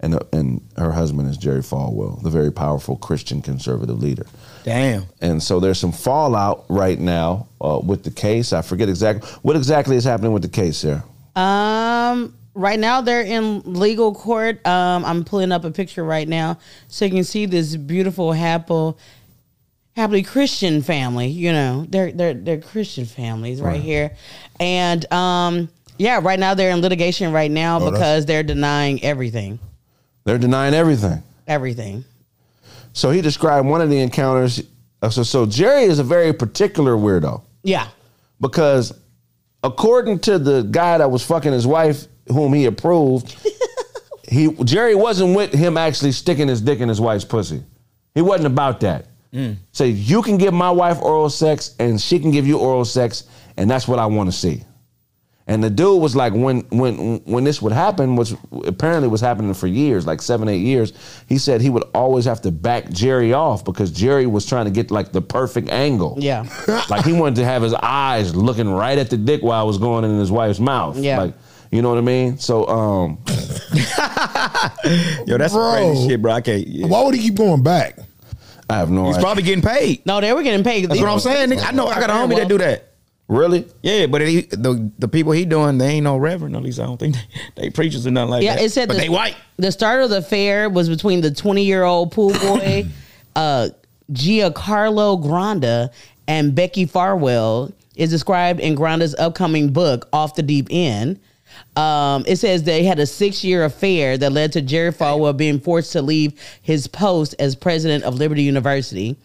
[SPEAKER 1] and, uh, and her husband is jerry falwell the very powerful christian conservative leader
[SPEAKER 3] Damn.
[SPEAKER 1] and so there's some fallout right now uh, with the case i forget exactly what exactly is happening with the case there
[SPEAKER 2] Um, right now they're in legal court. Um, I'm pulling up a picture right now so you can see this beautiful happy, happily Christian family. You know, they're they're they're Christian families right, here, and um, yeah, right now they're in litigation right
[SPEAKER 3] Oh,
[SPEAKER 2] now
[SPEAKER 5] that's-
[SPEAKER 2] because they're denying everything,
[SPEAKER 1] they're denying everything
[SPEAKER 2] everything.
[SPEAKER 1] So he described one of the encounters. uh, So, so Jerry is a very particular weirdo
[SPEAKER 2] Yeah,
[SPEAKER 1] because, according to the guy that was fucking his wife, whom he approved, he Jerry wasn't with him actually sticking his dick in his wife's pussy. He wasn't about that. So you can give my wife oral sex, and she can give you oral sex, and that's what I want to see. And the dude was like, when when when this would happen, which apparently was happening for years, like seven eight years, he said he would always have to back Jerry off because Jerry was trying to get like the perfect angle.
[SPEAKER 2] Yeah.
[SPEAKER 1] like he wanted to have his eyes looking right at the dick while it was going in his wife's mouth.
[SPEAKER 2] Yeah.
[SPEAKER 1] like you know what I mean. So um,
[SPEAKER 3] Yo, that's some
[SPEAKER 5] Bro.
[SPEAKER 3] crazy shit, bro. I can't. Yeah.
[SPEAKER 5] Why would he keep going back?
[SPEAKER 1] I have no
[SPEAKER 3] He's
[SPEAKER 1] idea.
[SPEAKER 3] probably getting paid.
[SPEAKER 2] No, they were getting paid.
[SPEAKER 3] That's what I'm saying. nigga. I know I got a homie that do that.
[SPEAKER 1] really?
[SPEAKER 3] Yeah, but he, the the people he doing, they ain't no reverend. At least I don't think they, they preachers or nothing like
[SPEAKER 2] Yeah,
[SPEAKER 3] that.
[SPEAKER 2] it said
[SPEAKER 3] but
[SPEAKER 2] the-
[SPEAKER 3] they white.
[SPEAKER 2] The start of the fair was between the 20 year old pool boy, uh, Giancarlo Granda, and Becky Farwell, is described in Granda's upcoming book, Off the Deep End. Um, it says they had a six year affair that led to Jerry Falwell being forced to leave his post as president of Liberty University.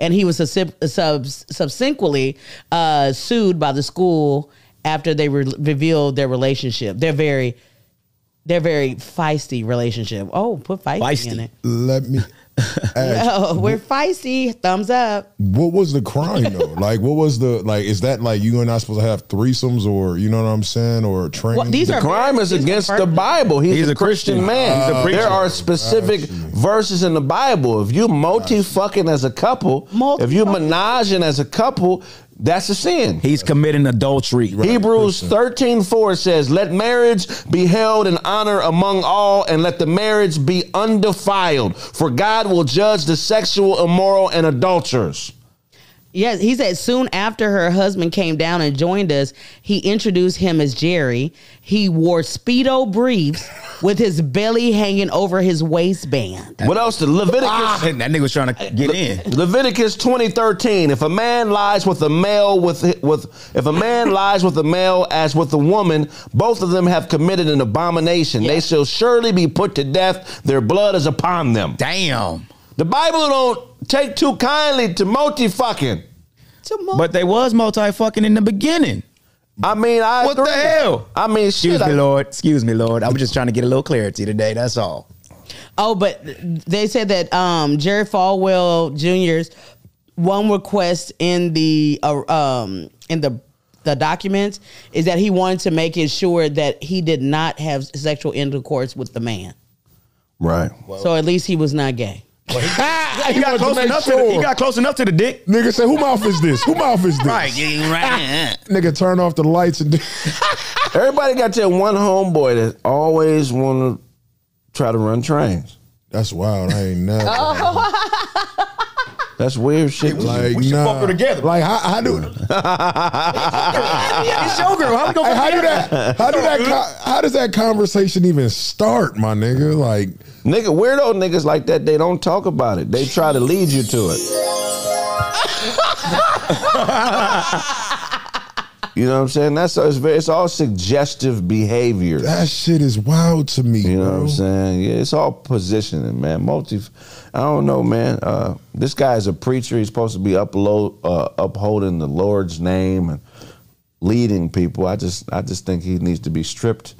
[SPEAKER 2] And he was sub- sub- subsequently uh, sued by the school after they re- revealed their relationship. They're very their very feisty relationship. Oh, put feisty,
[SPEAKER 3] Feisty.
[SPEAKER 2] in it.
[SPEAKER 5] Let me ask,
[SPEAKER 2] Oh, we're feisty. Thumbs up.
[SPEAKER 5] what was the crime though? Like, what was the like? Is that like you and I supposed to have threesomes, or you know what I'm saying, or training?
[SPEAKER 2] Well, these are
[SPEAKER 1] Crime is
[SPEAKER 2] these are
[SPEAKER 1] against the
[SPEAKER 2] perfect.
[SPEAKER 1] Bible. He's, a, Christian, man.
[SPEAKER 3] He's a preacher.
[SPEAKER 1] there are specific verses in the Bible. If you multi fucking as a couple,
[SPEAKER 2] Multi-
[SPEAKER 1] if you menaging as a couple, that's a sin.
[SPEAKER 3] He's committing adultery.
[SPEAKER 1] Hebrews 13 4 says, Let marriage be held in honor among all, and let the marriage be undefiled, for God will judge the sexual, immoral, and adulterers.
[SPEAKER 2] Yes, he said soon after her husband came down and joined us, he introduced him as Jerry. He wore Speedo briefs with his belly hanging over his waistband.
[SPEAKER 1] What else? The Leviticus.
[SPEAKER 3] Ah, that nigga was trying to get in.
[SPEAKER 1] Leviticus 20:13 If a man lies with a male with with if a man lies with a male as with a woman both of them have committed an abomination they shall surely be put to death their blood is upon them
[SPEAKER 3] Damn.
[SPEAKER 1] The Bible don't take too kindly to multi fucking
[SPEAKER 3] But they was multi fucking in the beginning.
[SPEAKER 1] I mean I
[SPEAKER 3] What the
[SPEAKER 1] agree.
[SPEAKER 3] hell?
[SPEAKER 1] I mean
[SPEAKER 3] Excuse
[SPEAKER 1] shit
[SPEAKER 3] me,
[SPEAKER 1] I-
[SPEAKER 3] Lord. Excuse me, Lord. I was just trying to get a little clarity today. That's all.
[SPEAKER 2] Oh, but they said that um, Jerry Falwell Jr.'s one request in the uh, um, in the the documents is that he wanted to make it sure that he did not have sexual intercourse with the man.
[SPEAKER 1] Right
[SPEAKER 2] So at least he was not gay.
[SPEAKER 3] Ah, he, got
[SPEAKER 5] wanted to
[SPEAKER 3] close
[SPEAKER 5] make
[SPEAKER 3] enough to the, he
[SPEAKER 5] sure.
[SPEAKER 3] got close enough to the dick.
[SPEAKER 5] Nigga say, who mouth is this? Who mouth is this?
[SPEAKER 3] right.
[SPEAKER 5] Nigga, turn off the lights and.
[SPEAKER 1] Everybody got that one homeboy that always want to try to run trains
[SPEAKER 5] That's wild. I ain't never.
[SPEAKER 1] That's weird shit
[SPEAKER 5] Like,
[SPEAKER 3] We should
[SPEAKER 5] nah.
[SPEAKER 3] fuck her together.
[SPEAKER 5] Like, how, how do
[SPEAKER 3] it's your girl.
[SPEAKER 5] Hey,
[SPEAKER 3] How we gonna
[SPEAKER 5] how do that? How do that? co- How does that conversation even start, my nigga? Like,
[SPEAKER 1] Nigga, weirdo niggas like that, they don't talk about it. They try to lead you to it. you know what I'm saying? That's it's, very, it's all suggestive behavior.
[SPEAKER 5] that shit is wild to me.
[SPEAKER 1] You know what
[SPEAKER 5] bro.
[SPEAKER 1] I'm saying? Yeah, it's all positioning, man. Multi, I don't know, man. Uh, this guy is a preacher. He's supposed to be upload, uh, upholding the Lord's name and leading people. I just, I just think he needs to be stripped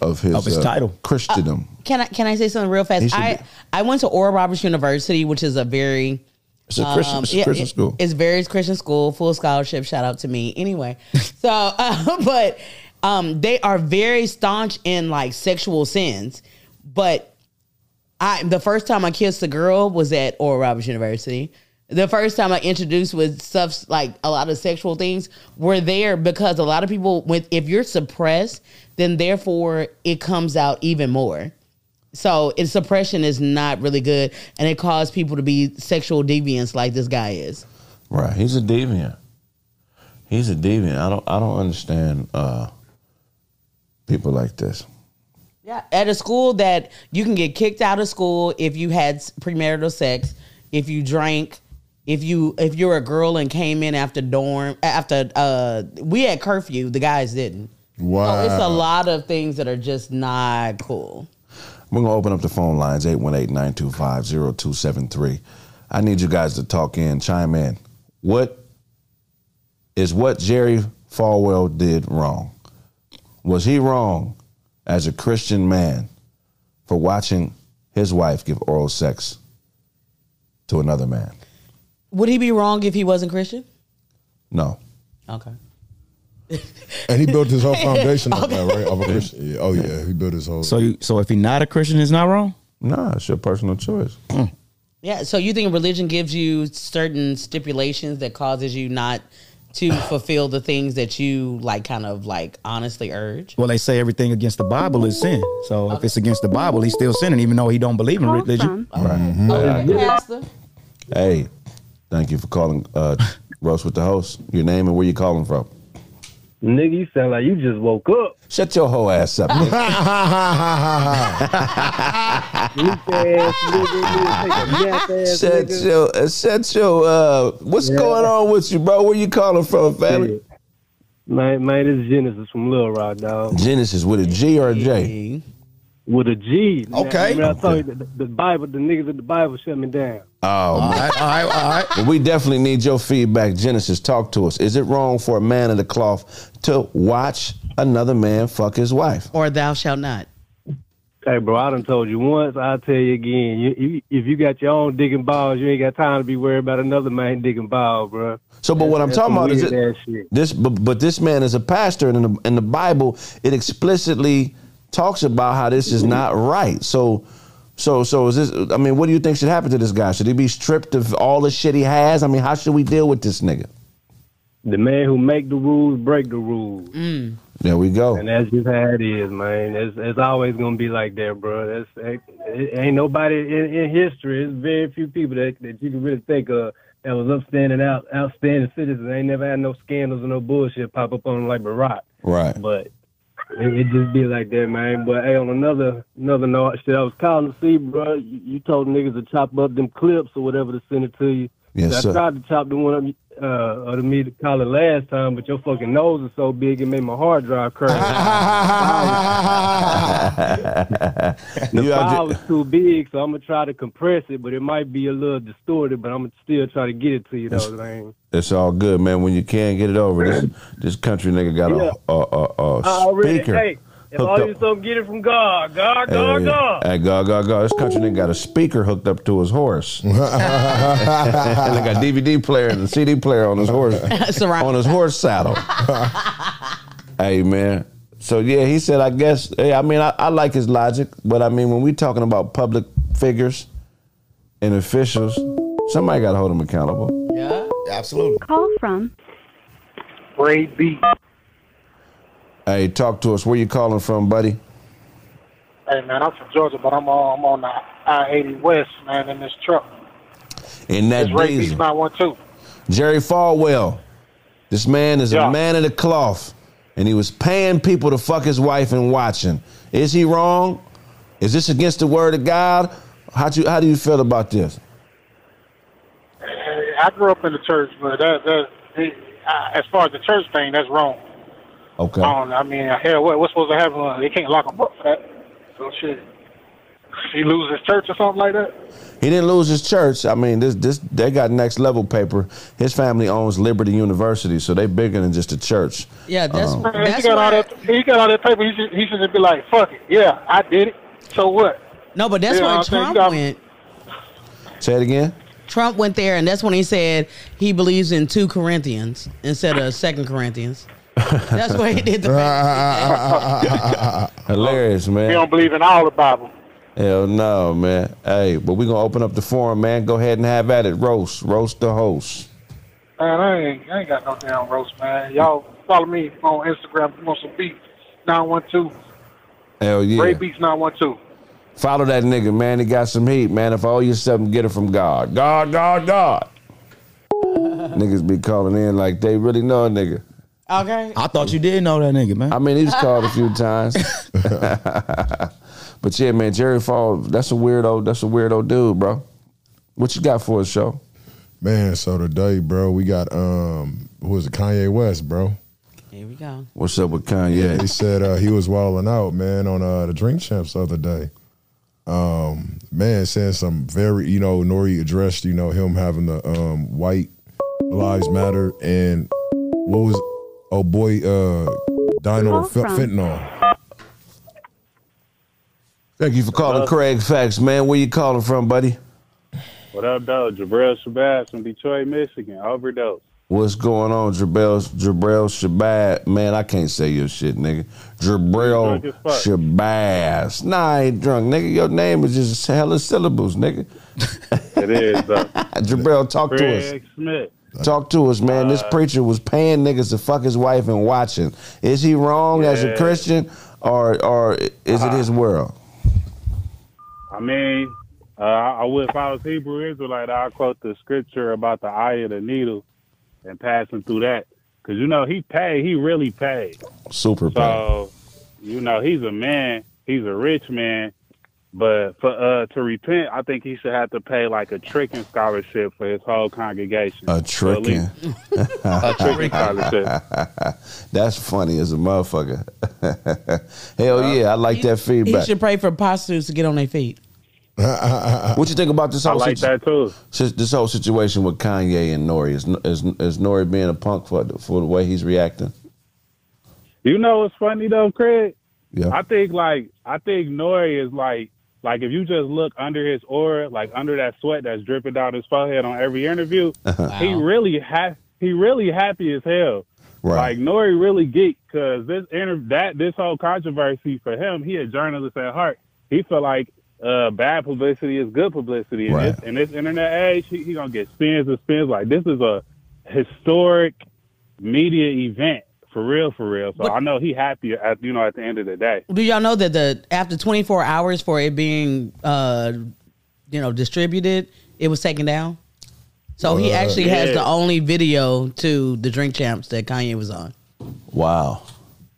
[SPEAKER 1] of his, uh,
[SPEAKER 3] Of his title.
[SPEAKER 1] Christendom.
[SPEAKER 2] Can I can I say something real
[SPEAKER 1] He
[SPEAKER 2] fast?
[SPEAKER 1] should
[SPEAKER 2] I
[SPEAKER 1] be.
[SPEAKER 2] I went to Oral Roberts University, which is a very
[SPEAKER 1] It's a Christian,
[SPEAKER 2] Um,
[SPEAKER 1] it's a
[SPEAKER 2] yeah,
[SPEAKER 1] Christian
[SPEAKER 2] it-
[SPEAKER 1] school.
[SPEAKER 2] It's very Christian school, full scholarship. Shout out to me. Anyway, so uh, but um, they are very staunch in like sexual sins. But I the first time I kissed a girl was at Oral Roberts University. The first time I introduced with stuff like a lot of sexual things were there because a lot of people with if you're suppressed, then therefore it comes out even more. So it's suppression is not really good, and it caused people to be sexual deviants like this guy is.
[SPEAKER 1] Right. He's a deviant. He's a deviant. I don't I don't understand uh people like this.
[SPEAKER 2] Yeah. At a school that you can get kicked out of school if you had s- premarital sex, if you drank, if you if you're a girl and came in after dorm after uh we had curfew, the guys didn't.
[SPEAKER 5] Wow.
[SPEAKER 2] So Oh, it's a lot of things that are just not cool.
[SPEAKER 1] We're gonna open up the phone lines 818-925-0273. I need you guys to talk in, chime in. What is what Jerry Falwell did wrong? Was he wrong as a Christian man for watching his wife give oral sex to another man?
[SPEAKER 2] Would he be wrong if he wasn't Christian?
[SPEAKER 1] No.
[SPEAKER 2] Okay.
[SPEAKER 5] And he built his whole foundation on that, right? Of a Christian. Yeah. Oh yeah, he built his whole.
[SPEAKER 3] So, you, so if he not a Christian, it's not wrong. Mm.
[SPEAKER 1] Nah, it's your personal choice.
[SPEAKER 2] Yeah, so you think religion gives you certain stipulations that causes you not to fulfill the things that you like kind of like honestly urge?
[SPEAKER 3] Well, they say everything against the Bible is sin. So
[SPEAKER 2] Mm-hmm. Oh,
[SPEAKER 3] if it's against the Bible, he's still sinning, even though he don't believe in religion.
[SPEAKER 1] Right.
[SPEAKER 2] Okay, Pastor.
[SPEAKER 1] Hey, thank you for calling uh, Roast with the Host. Your name and where you calling from.
[SPEAKER 6] Nigga, you sound like you just woke up.
[SPEAKER 1] Shut your whole ass up. nigga.
[SPEAKER 6] Weak ass nigga, you take a nap ass
[SPEAKER 1] Shut
[SPEAKER 6] nigga.
[SPEAKER 1] your, uh, shut your, uh, what's
[SPEAKER 6] Yeah.
[SPEAKER 1] going on with you, bro? Where you calling from, family?
[SPEAKER 6] Man, man, this is Genesis from Little Rock, dog.
[SPEAKER 1] Genesis with a G or a J?
[SPEAKER 2] Hey.
[SPEAKER 6] With a G. Now,
[SPEAKER 3] Okay.
[SPEAKER 6] remember I told you the, the Bible, the niggas at the Bible shut me down.
[SPEAKER 1] Oh,
[SPEAKER 3] All right, all right, all right.
[SPEAKER 1] Well, we definitely need your feedback. Genesis, talk to us. Is it wrong for a man of the cloth to watch another man fuck his wife?
[SPEAKER 2] Or thou shalt not.
[SPEAKER 6] Hey, bro, I done told you once, I'll tell you again. You, you, if you got your own digging balls, you ain't got time to be worried about another man digging ball, bro.
[SPEAKER 1] So, but what I'm
[SPEAKER 6] That's
[SPEAKER 1] talking
[SPEAKER 6] some
[SPEAKER 1] about is
[SPEAKER 6] weird
[SPEAKER 1] it,
[SPEAKER 6] ass shit.
[SPEAKER 1] this. But, but this man is a pastor, and in the, in the Bible, it explicitly talks about how this is not right. So, so, so is this? I mean, what do you think should happen to this guy? Should he be stripped of all the shit he has? I mean, how should we deal with this nigga?
[SPEAKER 6] The man who make the rules break the rules,
[SPEAKER 1] There we
[SPEAKER 6] and
[SPEAKER 1] go.
[SPEAKER 6] that's just how it is, man. It's, it's always gonna be like that, bro. That's it, it ain't nobody in, in history. It's very few people that that you can really think of that was upstanding, out outstanding citizens. They ain't never had no scandals and no bullshit pop up on them like Barack.
[SPEAKER 1] Right.
[SPEAKER 6] But it, it just be like that, man. But hey, on another another note, shit, I was calling to see, bro. You, you told niggas to chop up them clips or whatever to send it to you.
[SPEAKER 1] Yes,
[SPEAKER 6] I
[SPEAKER 1] sir.
[SPEAKER 6] tried to chop the one up uh, of the me to call it last time, but your fucking nose is so big it made my hard drive crash. the
[SPEAKER 1] You out
[SPEAKER 6] file
[SPEAKER 1] there-
[SPEAKER 6] was too big, so I'm gonna try to compress it, but it might be a little distorted. But I'm gonna still try to get it to you though, man.
[SPEAKER 1] It's all good, man. When you can get it over, this this country nigga got
[SPEAKER 6] Yeah.
[SPEAKER 1] a, a, a, a
[SPEAKER 6] I already,
[SPEAKER 1] Oh, speaker.
[SPEAKER 6] hey, if
[SPEAKER 1] hooked
[SPEAKER 6] all
[SPEAKER 1] up.
[SPEAKER 6] you something, get it from God, God, God,
[SPEAKER 1] Hey,
[SPEAKER 6] God.
[SPEAKER 1] hey, God, God, God. This country nigga got a speaker hooked up to his horse. and they got DVD player and a CD player on his horse
[SPEAKER 2] Surround-
[SPEAKER 1] on his horse saddle. hey man. So yeah, he said. I guess. Hey, I mean, I, I like his logic, but I mean, when we talking about public figures and officials, somebody got to hold them accountable.
[SPEAKER 2] Yeah.
[SPEAKER 3] Absolutely.
[SPEAKER 7] Call from
[SPEAKER 6] Ray B.
[SPEAKER 1] Hey, talk to us. Where you calling from, buddy?
[SPEAKER 8] Hey man, I'm from Georgia, but I'm on I'm on the I-80 West, man, in this truck.
[SPEAKER 1] In that
[SPEAKER 8] It's Ray Beach
[SPEAKER 1] diesel.
[SPEAKER 8] 912.
[SPEAKER 1] Jerry Falwell. This man is
[SPEAKER 8] Yeah.
[SPEAKER 1] a man of the cloth, and he was paying people to fuck his wife and watching. Is he wrong? Is this against the word of God? How do you, how do you feel about this?
[SPEAKER 8] Hey, I grew up in the church, but that that it, I, as far as the church thing, that's wrong.
[SPEAKER 1] Okay.
[SPEAKER 8] I don't. I mean, hell, what, what's supposed to happen? Uh, They can't lock him up for that. So Oh, shit, he loses church or something like that.
[SPEAKER 1] He didn't lose his church. I mean, this this they got next level paper. His family owns Liberty University, so they bigger than just a church.
[SPEAKER 2] Yeah, that's
[SPEAKER 1] Um,
[SPEAKER 8] Man, he
[SPEAKER 2] that's
[SPEAKER 8] got all
[SPEAKER 2] why,
[SPEAKER 8] that. He got all that paper. He should. He should just be like, fuck it. Yeah, I did it. So what?
[SPEAKER 2] no, but that's
[SPEAKER 8] Yeah, I
[SPEAKER 2] where
[SPEAKER 8] think
[SPEAKER 2] Trump
[SPEAKER 8] I'm-
[SPEAKER 2] went.
[SPEAKER 1] Say it again.
[SPEAKER 2] Trump went there, and that's when he said he believes in two Corinthians instead of Second Corinthians. That's where he did the.
[SPEAKER 1] Hilarious, man.
[SPEAKER 8] He don't believe in all the Bible.
[SPEAKER 1] Hell no, man. Hey, but we gonna open up the forum, man. Go ahead and have at it. Roast, roast the host.
[SPEAKER 8] Man, I ain't, I ain't got no damn roast, man. Y'all follow me on Instagram. You want some beats? Nine one two.
[SPEAKER 1] Hell yeah.
[SPEAKER 8] Ray Beats nine one two.
[SPEAKER 1] Follow that nigga, man. He got some heat, man. If I owe you something, get it from God. God, God, God. Niggas be calling in like they really know a nigga.
[SPEAKER 2] okay.
[SPEAKER 9] I thought you did know that nigga, man.
[SPEAKER 1] I mean, he's called a few times. but yeah, man, Jerry Fall, that's a weirdo, that's a weirdo dude, bro. What you got for us, show?
[SPEAKER 5] Man, so today, bro, we got um, who was it? Kanye West, bro.
[SPEAKER 2] Here we go.
[SPEAKER 1] What's up with Kanye?
[SPEAKER 5] He said uh, he was wilding out, man, on uh, the Drink Champs the other day. Um, man, saying some very, you know, Nori addressed, you know, him having the um, white lives matter and what was, oh boy, uh, Dino
[SPEAKER 7] Call
[SPEAKER 5] f-
[SPEAKER 7] from-
[SPEAKER 5] fentanyl.
[SPEAKER 1] Thank you for calling Craig Facts, man. Where you calling from, buddy?
[SPEAKER 10] What up, though? Jabril Shabazz from Detroit, Michigan. Overdose.
[SPEAKER 1] What's going on, Jabril Jabril Shabazz? Man, I can't say your shit, nigga. Jabril
[SPEAKER 10] Drunk as fuck.
[SPEAKER 1] Shabazz. Nah, I ain't drunk, nigga. Your name is just hella syllables, nigga.
[SPEAKER 10] It is, though.
[SPEAKER 1] Jabril, talk to us.
[SPEAKER 10] Craig Smith. Uh,
[SPEAKER 1] Talk to us, man. this preacher was paying niggas to fuck his wife and watching. Is he wrong as a
[SPEAKER 10] Yeah. Uh-huh.
[SPEAKER 1] Christian, or or is it his world?
[SPEAKER 10] I mean, Uh, I I would, if I was Hebrew Israelite, I'd quote the scripture about the eye of the needle and passing through that. Because, you know, he paid. He really paid.
[SPEAKER 1] Super pain.
[SPEAKER 10] So, you know, he's a man. He's a rich man. But for uh, to repent, I think he should have to pay like a tricking scholarship for his whole congregation.
[SPEAKER 1] A
[SPEAKER 10] Or at
[SPEAKER 1] tricking.
[SPEAKER 10] least A tricking scholarship.
[SPEAKER 1] That's funny as a motherfucker. Hell yeah, I like that
[SPEAKER 2] He
[SPEAKER 1] feedback.
[SPEAKER 2] should pray for prostitutes to get on their feet.
[SPEAKER 1] What you think about this
[SPEAKER 10] I
[SPEAKER 1] whole
[SPEAKER 10] like
[SPEAKER 1] situ-
[SPEAKER 10] that too.
[SPEAKER 1] si- this whole situation with Kanye and Nori? Is is, is Nori being a punk for for the way he's reacting?
[SPEAKER 10] You know what's funny though, Craig?
[SPEAKER 1] Yeah.
[SPEAKER 10] I think like I think Nori is like like if you just look under his aura, like under that sweat that's dripping down his forehead on every interview, he really ha- he really happy as hell.
[SPEAKER 1] Right.
[SPEAKER 10] Like Nori really geek because this inter- that this whole controversy for him, he a journalist at heart. He feel like uh, bad publicity is good publicity. In,
[SPEAKER 1] Right.
[SPEAKER 10] this, in this internet age, he, he gonna get spins and spins. Like this is a historic media event for real, for real. So I know he happy at you know at the end of the day.
[SPEAKER 2] Do y'all know that the after 24 hours for it being uh you know distributed, it was taken down? So he actually has
[SPEAKER 10] Uh, yeah.
[SPEAKER 2] the only video to the Drink Champs that Kanye was on.
[SPEAKER 1] Wow.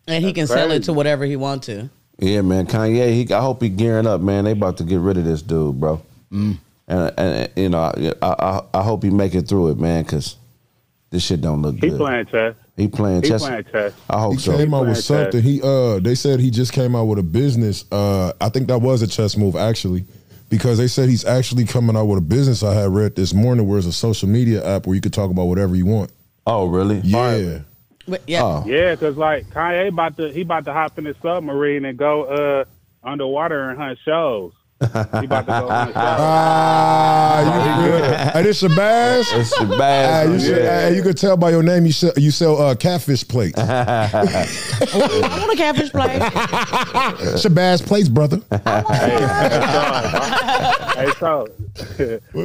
[SPEAKER 2] And he can sell it
[SPEAKER 10] crazy.
[SPEAKER 2] to whatever he wants to.
[SPEAKER 1] Yeah, man. Kanye. He, I hope he gearing up, man. They about to get rid of this dude, bro. And, and you know, I, I I hope he make it through it, man, because this shit don't look
[SPEAKER 10] He
[SPEAKER 1] good.
[SPEAKER 10] playing chess.
[SPEAKER 1] He playing
[SPEAKER 10] He
[SPEAKER 1] chess.
[SPEAKER 10] playing chess.
[SPEAKER 1] I hope
[SPEAKER 5] He
[SPEAKER 1] so.
[SPEAKER 5] came out with
[SPEAKER 10] Glad that-
[SPEAKER 5] something. He uh, they said he just came out with a business. Uh, I think that was a chess move actually, because they said he's actually coming out with a business. I had read this morning, where it's a social media app where you could talk about whatever you want.
[SPEAKER 1] Oh, really?
[SPEAKER 5] Yeah,
[SPEAKER 2] But yeah.
[SPEAKER 1] Oh.
[SPEAKER 10] Yeah, cause like Kanye about to he about to hop in his submarine and go uh underwater and hunt shows. He about to go hunt shows.
[SPEAKER 5] ah, you good? Hey, this your bass.
[SPEAKER 1] It's the
[SPEAKER 5] Hey,
[SPEAKER 1] bad.
[SPEAKER 5] you, should-
[SPEAKER 1] oh, yeah.
[SPEAKER 5] hey, you could tell by your name you sell, you sell uh, catfish plates.
[SPEAKER 2] I want a catfish plate.
[SPEAKER 5] Shabazz plates, brother.
[SPEAKER 10] Hey, so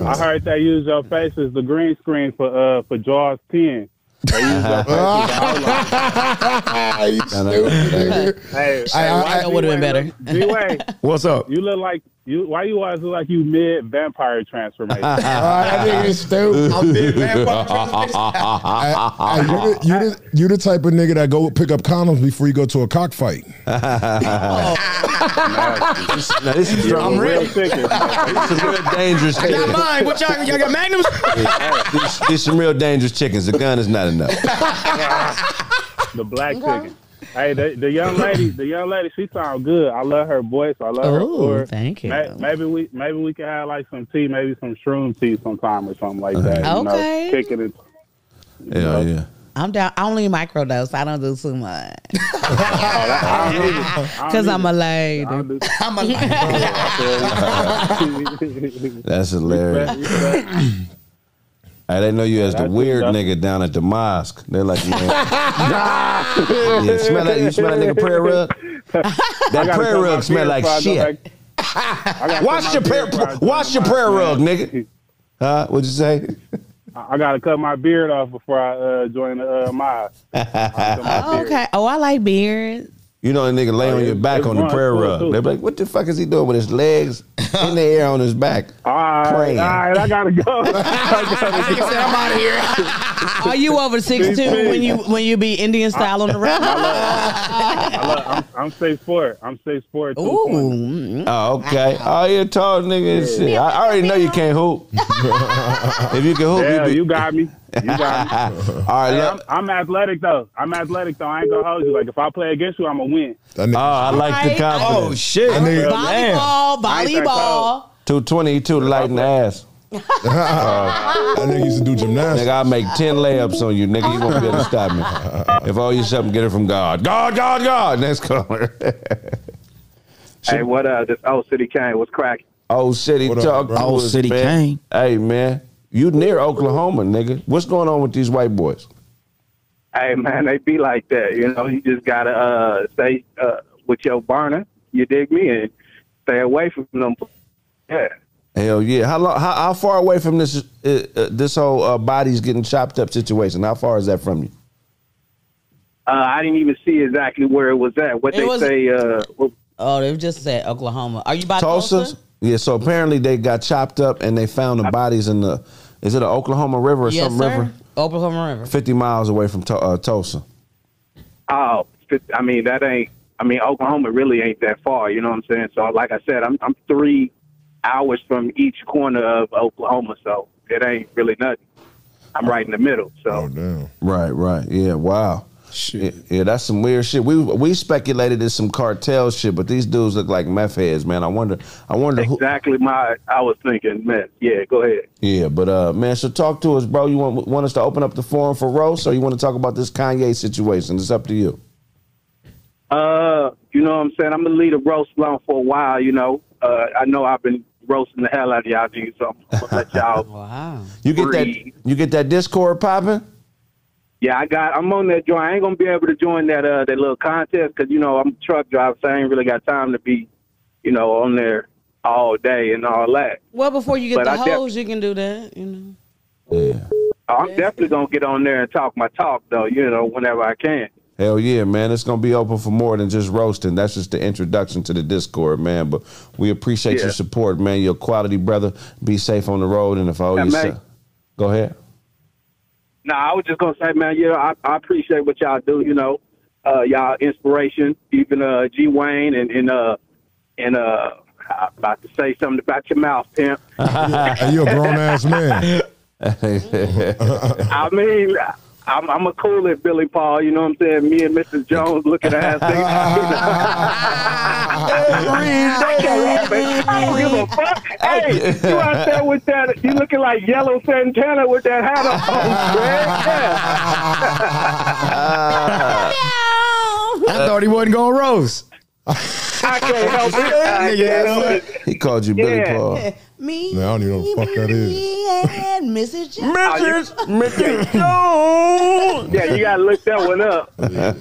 [SPEAKER 10] I heard they use your face as the green screen for uh for Jaws ten. They use your face as the outline.
[SPEAKER 5] You stupid nigga.
[SPEAKER 10] Hey,
[SPEAKER 5] I- I- I-
[SPEAKER 2] That would've been
[SPEAKER 10] G way,
[SPEAKER 1] What's up?
[SPEAKER 10] you look like you. Why you always look like you mid vampire transformation?
[SPEAKER 5] Ah, that nigga is stupid.
[SPEAKER 3] I'm big man. Fuck,
[SPEAKER 5] I- I- you, the, you, the, you the type of nigga that go pick up condoms before you go to a cockfight.
[SPEAKER 1] Now, this is
[SPEAKER 10] I'm
[SPEAKER 1] real.
[SPEAKER 10] real chicken.
[SPEAKER 1] This is real dangerous. chickens.
[SPEAKER 2] Mine, what y'all, y'all got magnums?
[SPEAKER 1] These, these some real dangerous chickens. The gun is not enough.
[SPEAKER 10] The black chicken. Hey, the, the young lady, the young lady, she sound good. I love her voice. I love her.
[SPEAKER 2] Ooh,
[SPEAKER 10] aura.
[SPEAKER 2] thank you.
[SPEAKER 10] May- Maybe we maybe we can have like some tea, maybe some shroom tea sometime or something like that. you know,
[SPEAKER 2] Okay.
[SPEAKER 10] kicking it.
[SPEAKER 1] Hell yeah.
[SPEAKER 2] I'm down. I only microdose. I don't do too much.
[SPEAKER 10] I don't need it. I don't
[SPEAKER 2] Cause
[SPEAKER 10] need
[SPEAKER 2] I'm
[SPEAKER 10] it.
[SPEAKER 2] a lady.
[SPEAKER 10] I don't do-
[SPEAKER 3] I'm a
[SPEAKER 1] That's hilarious. I didn't know you as the
[SPEAKER 10] That's-
[SPEAKER 1] weird
[SPEAKER 10] that's-
[SPEAKER 1] nigga down at the mosque. They're like, man. yeah, smell that, you smell that nigga prayer rug?
[SPEAKER 10] I
[SPEAKER 1] That
[SPEAKER 10] gotta
[SPEAKER 1] prayer
[SPEAKER 10] cut my
[SPEAKER 1] rug smell
[SPEAKER 10] beard
[SPEAKER 1] like
[SPEAKER 10] before I go
[SPEAKER 1] shit.
[SPEAKER 10] back- I gotta
[SPEAKER 1] Wash
[SPEAKER 10] cut
[SPEAKER 1] your
[SPEAKER 10] my
[SPEAKER 1] prayer,
[SPEAKER 10] beard before I go
[SPEAKER 1] wash your
[SPEAKER 10] back,
[SPEAKER 1] prayer
[SPEAKER 10] man.
[SPEAKER 1] rug, nigga. Huh? What'd you say?
[SPEAKER 10] I I gotta cut my beard off before I uh, join the uh, mob. I cut my beard.
[SPEAKER 2] okay. Oh, I like beards.
[SPEAKER 1] You know a nigga lay on your
[SPEAKER 10] it's-
[SPEAKER 1] back
[SPEAKER 10] it's
[SPEAKER 1] on the
[SPEAKER 10] one,
[SPEAKER 1] prayer
[SPEAKER 10] two,
[SPEAKER 1] rug.
[SPEAKER 10] two.
[SPEAKER 1] They're like, what the fuck is he doing with his legs in the air on his back?
[SPEAKER 10] All right,
[SPEAKER 1] Praying.
[SPEAKER 10] all right, I gotta go. I gotta go.
[SPEAKER 3] I'm out of here.
[SPEAKER 2] Are you over six two when you when you be Indian style on the road?
[SPEAKER 10] I love, I'm, I'm six four. I'm six four. two
[SPEAKER 2] Ooh.
[SPEAKER 10] twenty.
[SPEAKER 2] mm.
[SPEAKER 1] Oh, okay. Oh, you a tall nigga and shit. I, I already know you can't hoop. if you can hoop,
[SPEAKER 10] Yeah,
[SPEAKER 1] you,
[SPEAKER 10] you
[SPEAKER 1] be-
[SPEAKER 10] got me. You got me.
[SPEAKER 1] All right,
[SPEAKER 10] Hey,
[SPEAKER 1] look.
[SPEAKER 10] I'm, I'm athletic though. I'm athletic though. I ain't gonna hold you. Like if I play against you, I'ma win.
[SPEAKER 5] That nigga,
[SPEAKER 1] Oh, I like the
[SPEAKER 2] Alright.
[SPEAKER 1] confidence.
[SPEAKER 3] Oh shit.
[SPEAKER 5] that nigga-
[SPEAKER 2] Volleyball,
[SPEAKER 10] I ain't that
[SPEAKER 2] volleyball.
[SPEAKER 10] cold.
[SPEAKER 1] 222 light in the ass.
[SPEAKER 5] that nigga used to do
[SPEAKER 1] Nigga,
[SPEAKER 5] gymnastics.
[SPEAKER 1] I'll make 10 layups on you, nigga. You won't be able to stop me. If I owe you something, get it from God. God, God, God. Next caller.
[SPEAKER 7] Hey, what uh, this old city came was cracking.
[SPEAKER 1] Old City
[SPEAKER 5] What up,
[SPEAKER 1] Talk.
[SPEAKER 5] bro?
[SPEAKER 1] to
[SPEAKER 5] Old
[SPEAKER 1] us,
[SPEAKER 9] City
[SPEAKER 1] man.
[SPEAKER 9] Kane.
[SPEAKER 1] Hey, man. You near Oklahoma, nigga. What's going on with these white boys?
[SPEAKER 7] Hey, man, they be like that. You know, you just gotta uh, stay uh, with your burner. You dig me and stay away from them. Yeah,
[SPEAKER 1] Hell yeah. How long, how, how far away from this uh, uh, this whole uh, bodies getting chopped up situation? How far is that from you?
[SPEAKER 7] uh, I didn't even see exactly where it was at. What
[SPEAKER 2] It
[SPEAKER 7] they
[SPEAKER 2] was-
[SPEAKER 7] say. Uh, well,
[SPEAKER 2] Oh, they just said Oklahoma. Are you by Tulsa?
[SPEAKER 1] Tulsa? Yeah, so apparently they got chopped up and they found the bodies in the is it an Oklahoma River or
[SPEAKER 2] yes,
[SPEAKER 1] some
[SPEAKER 2] sir.
[SPEAKER 1] river?
[SPEAKER 2] Oklahoma River.
[SPEAKER 1] Fifty miles away from to- uh, Tulsa.
[SPEAKER 7] Oh, fif- I mean that ain't. I mean Oklahoma really ain't that far. You know what I'm saying? So like I said, I'm I'm three hours from each corner of Oklahoma, so it ain't really nothing. I'm right in the middle. So
[SPEAKER 5] Oh damn.
[SPEAKER 1] Right, right. Yeah, wow. Shit. Yeah, yeah, that's some weird shit. We we speculated it's some cartel shit, but these dudes look like meth heads, man. I wonder I wonder who
[SPEAKER 7] exactly my. I was thinking, man. Yeah, go ahead.
[SPEAKER 1] Yeah, but uh man, so talk to us, bro. You want want us to open up the forum for roast or you want to talk about this Kanye situation? It's up to you.
[SPEAKER 7] Uh, you know what I'm saying? I'm gonna leave the roast alone for a while. You know, uh, I know I've been roasting the hell out of y'all dudes, so I'm gonna let y'all.
[SPEAKER 2] Wow.
[SPEAKER 1] You get
[SPEAKER 7] Breathe.
[SPEAKER 1] that you get that Discord popping?
[SPEAKER 7] Yeah, I got. I'm on that joint. I ain't gonna be able to join that uh that little contest 'cause you know I'm a truck driver, so I ain't really got time to be, you know, on there all day and all that.
[SPEAKER 2] Well, before you get
[SPEAKER 7] But
[SPEAKER 2] the
[SPEAKER 7] I def-
[SPEAKER 2] hoes, you can do that. You know.
[SPEAKER 1] Yeah.
[SPEAKER 7] Oh, I'm definitely gonna get on there and talk my talk though. You know, whenever I can.
[SPEAKER 1] Hell yeah, man. It's going to be open for more than just roasting. That's just the introduction to the Discord, man. But we appreciate
[SPEAKER 7] Yeah.
[SPEAKER 1] your support, man. Your quality brother. Be safe on the road. And if I owe
[SPEAKER 7] Yeah,
[SPEAKER 1] you
[SPEAKER 7] man.
[SPEAKER 1] some- Go ahead.
[SPEAKER 7] No, I was just gonna say, man, yeah, I, I appreciate what y'all do. You know, uh, y'all inspiration, even uh, G Wayne and and uh and uh, I about to say something about your mouth, pimp.
[SPEAKER 5] Hey, you a grown ass man.
[SPEAKER 7] I mean. I'm, I'm a cool at Billy Paul, you know what I'm saying? Me and Mrs. Jones looking at her. I don't give a fuck. Hey, you out there with that? You looking like Yellow Santana with that hat on, man?
[SPEAKER 9] I thought he wasn't gonna roast.
[SPEAKER 7] I can't help it. I can't help it.
[SPEAKER 1] he called you Billy
[SPEAKER 7] Yeah.
[SPEAKER 1] Paul.
[SPEAKER 2] Me.
[SPEAKER 5] Now, I don't even know what the fuck that is.
[SPEAKER 2] me, And Mrs. Jones.
[SPEAKER 7] Yeah, you gotta look that one up.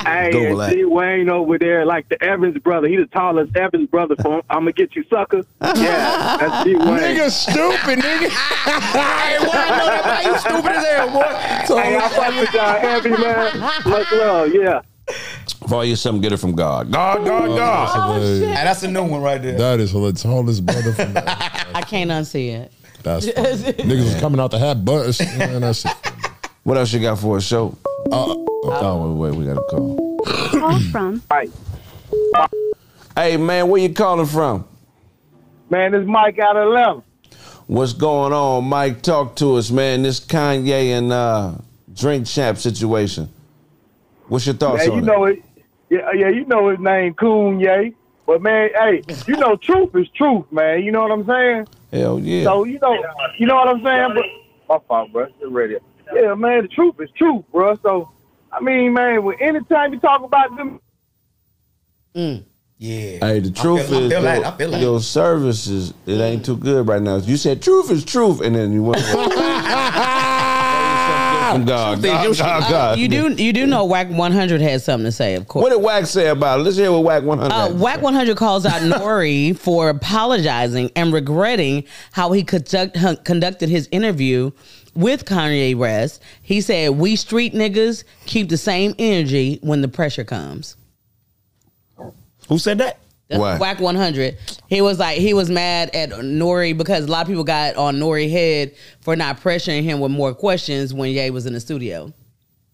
[SPEAKER 7] hey,
[SPEAKER 1] Google
[SPEAKER 7] and G Wayne over there, like the Evans brother. He the tallest Evans brother. From I'm gonna get you, sucker. Yeah, that's G Wayne.
[SPEAKER 9] Nigga, stupid, nigga. hey, boy, I know that about you stupid as hell, boy. So,
[SPEAKER 7] Hey, I fuck with y'all heavy, man. Much love. Yeah.
[SPEAKER 1] If I owe you something, get it from God. God, God, God.
[SPEAKER 7] Oh,
[SPEAKER 5] Hey,
[SPEAKER 3] Hey, that's a new one right there.
[SPEAKER 5] That is the tallest brother from that.
[SPEAKER 2] I can't unsee it.
[SPEAKER 5] That's funny. niggas was coming out the hat bust. Man, that's
[SPEAKER 1] What else you got for a show?
[SPEAKER 5] Uh,
[SPEAKER 1] oh, wait, wait. We got a call.
[SPEAKER 11] Call from
[SPEAKER 7] Right.
[SPEAKER 1] Hey, man, where you calling from?
[SPEAKER 10] Man, it's Mike out of left.
[SPEAKER 1] What's going on, Mike? Talk to us, man. This Kanye and uh, Drink Champ situation. What's your
[SPEAKER 9] Oh,
[SPEAKER 1] thoughts
[SPEAKER 10] Hey,
[SPEAKER 1] on
[SPEAKER 10] you
[SPEAKER 1] it?
[SPEAKER 10] know it. Yeah, uh, yeah, you know his name, Coon Yay. But man, hey, you know truth is truth, man. You know what I'm saying?
[SPEAKER 1] Hell yeah.
[SPEAKER 10] So you know, you know what I'm saying. But my fault, bro. The radio. Yeah, man, the truth is truth, bro. So I mean, man, when anytime you talk about them,
[SPEAKER 3] Yeah.
[SPEAKER 1] Hey, the truth
[SPEAKER 3] I feel, I
[SPEAKER 1] is
[SPEAKER 3] feel
[SPEAKER 1] your,
[SPEAKER 3] that. I feel that.
[SPEAKER 1] your services it ain't too good right now. You said truth is truth, and then you went. God, God, God, God.
[SPEAKER 2] You do. You do know Whack 100 had something to say, of course.
[SPEAKER 1] What did Wack say about it? Let's hear what Wack one hundred.
[SPEAKER 2] Uh, Whack 100 calls out Nori for apologizing and regretting how he conduct, hun- conducted his interview with Kanye West. He said, "We street niggas keep the same energy when the pressure comes."
[SPEAKER 9] who said that?
[SPEAKER 2] That's
[SPEAKER 1] Whack.
[SPEAKER 2] Whack 100. He was like he was mad at Nori because a lot of people got on Nori head for not pressuring him with more questions when Ye was in the studio.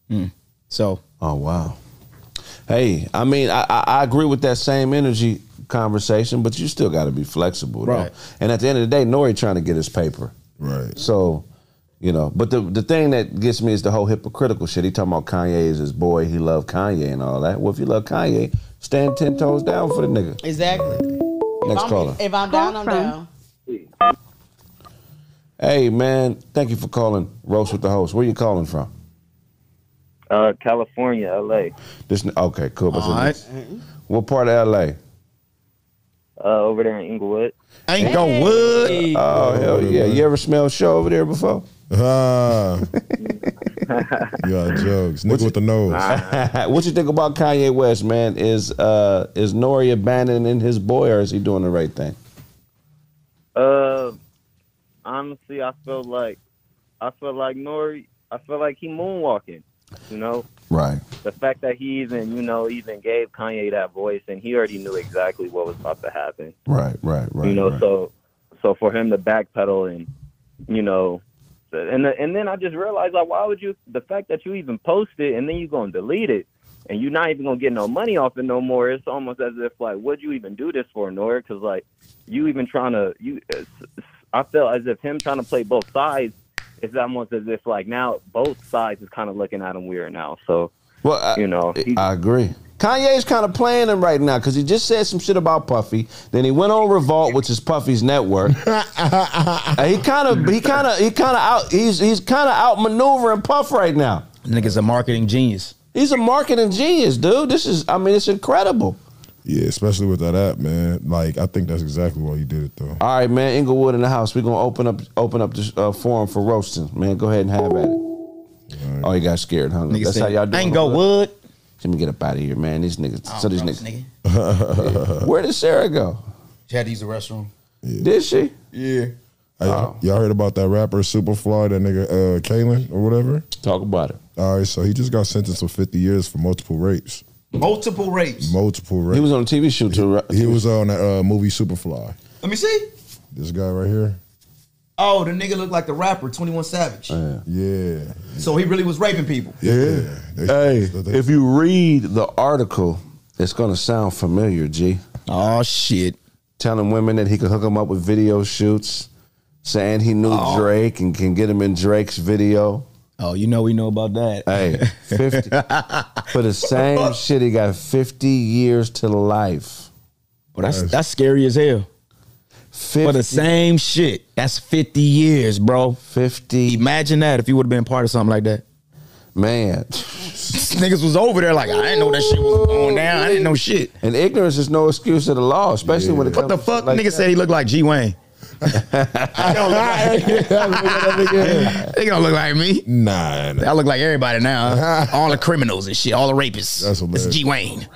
[SPEAKER 2] Mm.
[SPEAKER 9] So
[SPEAKER 1] Oh wow. Hey, I mean, I, I, I agree with that same energy conversation, but you still got to be flexible, though.
[SPEAKER 9] Right.
[SPEAKER 1] And at the end of the day, Nori trying to get his paper.
[SPEAKER 5] right.
[SPEAKER 1] So, you know, but the the thing that gets me is the whole hypocritical shit. He talking about Kanye is his boy. He love Kanye and all that. Well, if you love Kanye, stand ten toes down for the nigga.
[SPEAKER 2] Exactly.
[SPEAKER 1] Next caller.
[SPEAKER 2] If I'm down, I'm
[SPEAKER 11] Call from-
[SPEAKER 2] down.
[SPEAKER 1] Hey man, thank you for calling Roast with the host. Where you calling from?
[SPEAKER 12] Uh, California, LA,
[SPEAKER 1] This okay, cool. But
[SPEAKER 9] all right,
[SPEAKER 1] What part of LA?
[SPEAKER 12] uh, over there in Inglewood.
[SPEAKER 9] ain't going wood.
[SPEAKER 1] Oh hell yeah! You ever smelled show over there before?
[SPEAKER 5] Ah. you got jokes. Nigga with the nose.
[SPEAKER 1] what you think about Kanye West, man? Is uh is Nori abandoning his boy, or is he doing the right thing?
[SPEAKER 12] Uh, honestly, I feel like I feel like Nori. I feel like he moonwalking. You know,
[SPEAKER 1] Right.
[SPEAKER 12] the fact that he even you know even gave Kanye that voice, and he already knew exactly what was about to happen.
[SPEAKER 1] Right, right, right.
[SPEAKER 12] you know,
[SPEAKER 1] right.
[SPEAKER 12] so So for him to backpedal and you know, and the, and then I just realized like, why would you? The fact that you even post it and then you gonna delete it and you're not even gonna get no money off it no more. It's almost as if like, what'd you even do this for, Nora? Because like, you even trying to you, it's- it's- I felt as if him trying to play both sides. It's almost as if like now both sides is kind of looking at him weird now. So
[SPEAKER 1] Well, I,
[SPEAKER 12] you know, he,
[SPEAKER 1] I agree. Kanye's kind of playing him right now because he just said some shit about Puffy. Then he went on Revolt, which is Puffy's network. And he kind of, he kind of, he kind of out. He's he's kind of out maneuvering Puff right now.
[SPEAKER 3] Nigga's a marketing genius.
[SPEAKER 1] He's a marketing genius, dude. This is, I mean, it's incredible.
[SPEAKER 5] Yeah, especially with that app, man. Like, I think that's exactly why you did it, though.
[SPEAKER 1] All right, man. Inglewood in the house. We're gonna open up open up this uh, forum for roasting, man. Go ahead and have at it. Oh, you got scared, huh?
[SPEAKER 3] Nigga
[SPEAKER 1] That's
[SPEAKER 3] said,
[SPEAKER 1] how y'all do.
[SPEAKER 3] Inglewood.
[SPEAKER 1] Let me get up out of here, man. These niggas.
[SPEAKER 3] I
[SPEAKER 1] so
[SPEAKER 3] don't
[SPEAKER 1] these
[SPEAKER 3] roast,
[SPEAKER 1] niggas. Where did Sarah go?
[SPEAKER 3] She had to use the restroom.
[SPEAKER 1] Did she?
[SPEAKER 3] Yeah.
[SPEAKER 5] Hey,
[SPEAKER 1] Uh,
[SPEAKER 5] Y'all heard about that rapper Superfly, that nigga uh, Kalen or whatever?
[SPEAKER 1] Talk about it.
[SPEAKER 5] All right, so he just got sentenced to 50 years for multiple rapes.
[SPEAKER 3] Multiple rapes.
[SPEAKER 5] Multiple rapes.
[SPEAKER 1] He was on a TV show too. Right?
[SPEAKER 5] He, was on that uh, movie Superfly.
[SPEAKER 3] Let me see.
[SPEAKER 5] This guy right here.
[SPEAKER 3] Oh, the nigga looked like the rapper Twenty One Savage.
[SPEAKER 5] Yeah.
[SPEAKER 3] So he really was raping people.
[SPEAKER 5] Yeah.
[SPEAKER 1] Hey, if you read the article, it's gonna sound familiar, G.
[SPEAKER 3] Oh shit!
[SPEAKER 1] Telling women that he could hook them up with video shoots, saying he knew Drake and can get him in Drake's video.
[SPEAKER 3] Oh, you know we know about that.
[SPEAKER 1] Hey, 50, for the same shit, he got fifty years to life.
[SPEAKER 9] Well, that's that's scary as hell.
[SPEAKER 1] 50,
[SPEAKER 9] For the same shit. That's 50 years, bro.
[SPEAKER 1] 50.
[SPEAKER 9] Imagine that if you would have been part of something like that.
[SPEAKER 1] man,
[SPEAKER 9] Niggas was over there like, I didn't know that shit was going down. I didn't know shit.
[SPEAKER 1] and ignorance is no excuse to the law, especially when it
[SPEAKER 9] What
[SPEAKER 1] comes.
[SPEAKER 9] the fuck?
[SPEAKER 1] to shit like
[SPEAKER 9] Nigga said he looked like G Wayne. They don't look like me.
[SPEAKER 5] Nah, nah.
[SPEAKER 9] I look like everybody now. all the criminals and shit, all the rapists. That's,
[SPEAKER 5] That's hilarious.
[SPEAKER 9] G Wayne.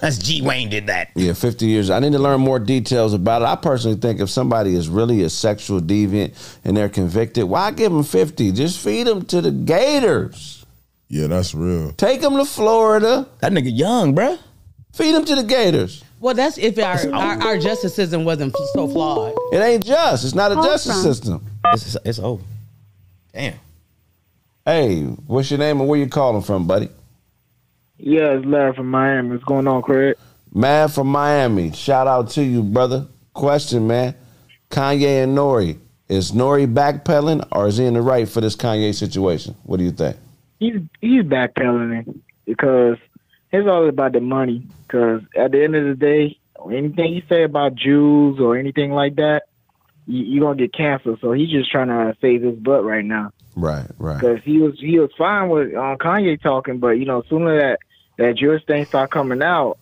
[SPEAKER 9] That's G Wayne did that.
[SPEAKER 1] Yeah, 50 years. I need to learn more details about it. I personally think if somebody is really a sexual deviant and they're convicted, why give them 50? Just feed them to the Gators.
[SPEAKER 5] Yeah, that's real.
[SPEAKER 1] Take them to Florida.
[SPEAKER 9] That nigga young, bruh.
[SPEAKER 1] Feed them to the Gators.
[SPEAKER 2] Well, that's if our, our, our justice system wasn't so flawed.
[SPEAKER 1] It ain't just. It's not a justice
[SPEAKER 11] Awesome.
[SPEAKER 1] system.
[SPEAKER 9] It's, it's over.
[SPEAKER 3] Damn.
[SPEAKER 1] Hey, what's your name and where you calling from, buddy?
[SPEAKER 13] Yeah, it's Larry from Miami. What's going on, Craig?
[SPEAKER 1] Man from Miami. Shout out to you, brother. Question, man. Kanye and Nori. Is Nori backpedaling or is he in the right for this Kanye situation? What do you think?
[SPEAKER 13] He's he's backpedaling because it's all about the money. Because at the end of the day, anything you say about Jews or anything like that, you, you're gonna get canceled. So he's just trying to save his butt right now.
[SPEAKER 1] Right, right.
[SPEAKER 13] Because he was he was fine with um, Kanye talking, but you know, sooner that that Jewish thing start coming out,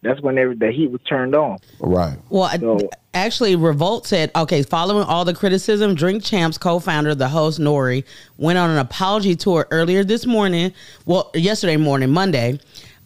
[SPEAKER 13] that's when every, the heat was turned on.
[SPEAKER 1] Right.
[SPEAKER 2] Well, I- actually, Revolt said, okay, following all the criticism, Drink Champs co founder, the host Nori, went on an apology tour earlier this morning, well, yesterday morning, Monday,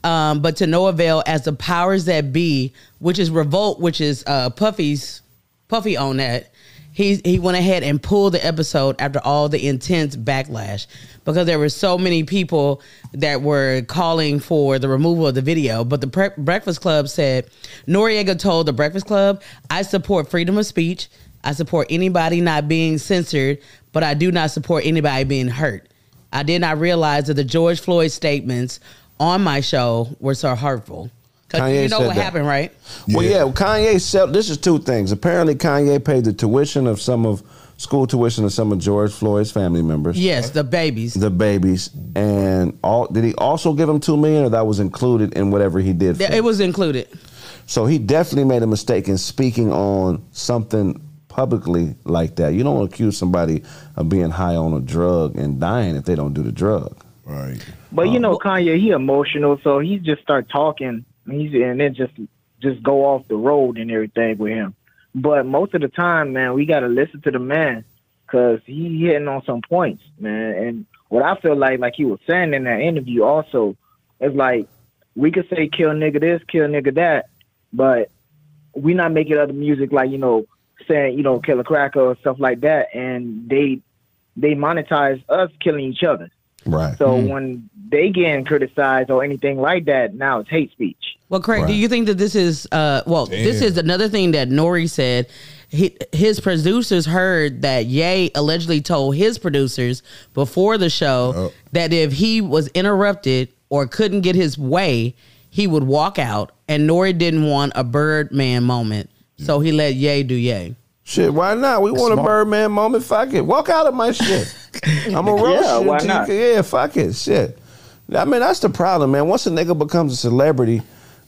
[SPEAKER 2] um, but to no avail as the powers that be, which is Revolt, which is uh, Puffy's, Puffy on that. He, he went ahead and pulled the episode after all the intense backlash because there were so many people that were calling for the removal of the video. But the Pre- Breakfast Club said Noriega told the Breakfast Club, I support freedom of speech. I support anybody not being censored, but I do not support anybody being hurt. I did not realize that the George Floyd statements on my show were so hurtful. 'Cause
[SPEAKER 1] Kanye
[SPEAKER 2] you know
[SPEAKER 1] said
[SPEAKER 2] what
[SPEAKER 1] that.
[SPEAKER 2] happened, right?
[SPEAKER 1] Well, yeah, Kanye sell. This is two things. Apparently, Kanye paid the tuition of some of school tuition of some of George Floyd's family members,
[SPEAKER 2] Yes, the babies.
[SPEAKER 1] the babies, and all. Did he also give him two million, or that was included in whatever he did? For
[SPEAKER 2] It was included.
[SPEAKER 1] him? So he definitely made a mistake in speaking on something publicly like that. You don't accuse somebody of being high on a drug and dying if they don't do the drug.
[SPEAKER 5] Right.
[SPEAKER 13] But you know, Kanye, he emotional, so he just start talking. and He's and then just just go off the road and everything with him. But most of the time, man, we gotta listen to the man because he hitting on some points, man. And what I feel like, like he was saying in that interview, also, is like we could say kill nigga this, kill nigga that, but we not making other music like you know saying you know kill a cracker or stuff like that, and they they monetize us killing each other.
[SPEAKER 1] Right.
[SPEAKER 13] So when they getting criticized or anything like that, now it's hate speech.
[SPEAKER 2] Well, Craig, do you think that this is uh well, this
[SPEAKER 13] Damn.
[SPEAKER 2] is another thing that Nori said he, his producers heard that Ye allegedly told his producers before the show that if he was interrupted or couldn't get his way, he would walk out. And Nori didn't want a Birdman moment, so he let Ye do Ye.
[SPEAKER 1] Shit, why not? We want a Birdman moment. Fuck it. Walk out of my shit. I'm a roast
[SPEAKER 2] Yeah,
[SPEAKER 1] you
[SPEAKER 2] why
[SPEAKER 1] till you
[SPEAKER 2] not?
[SPEAKER 1] can- Yeah, fuck it. Shit. I mean, that's the problem, man. Once a nigga becomes a celebrity,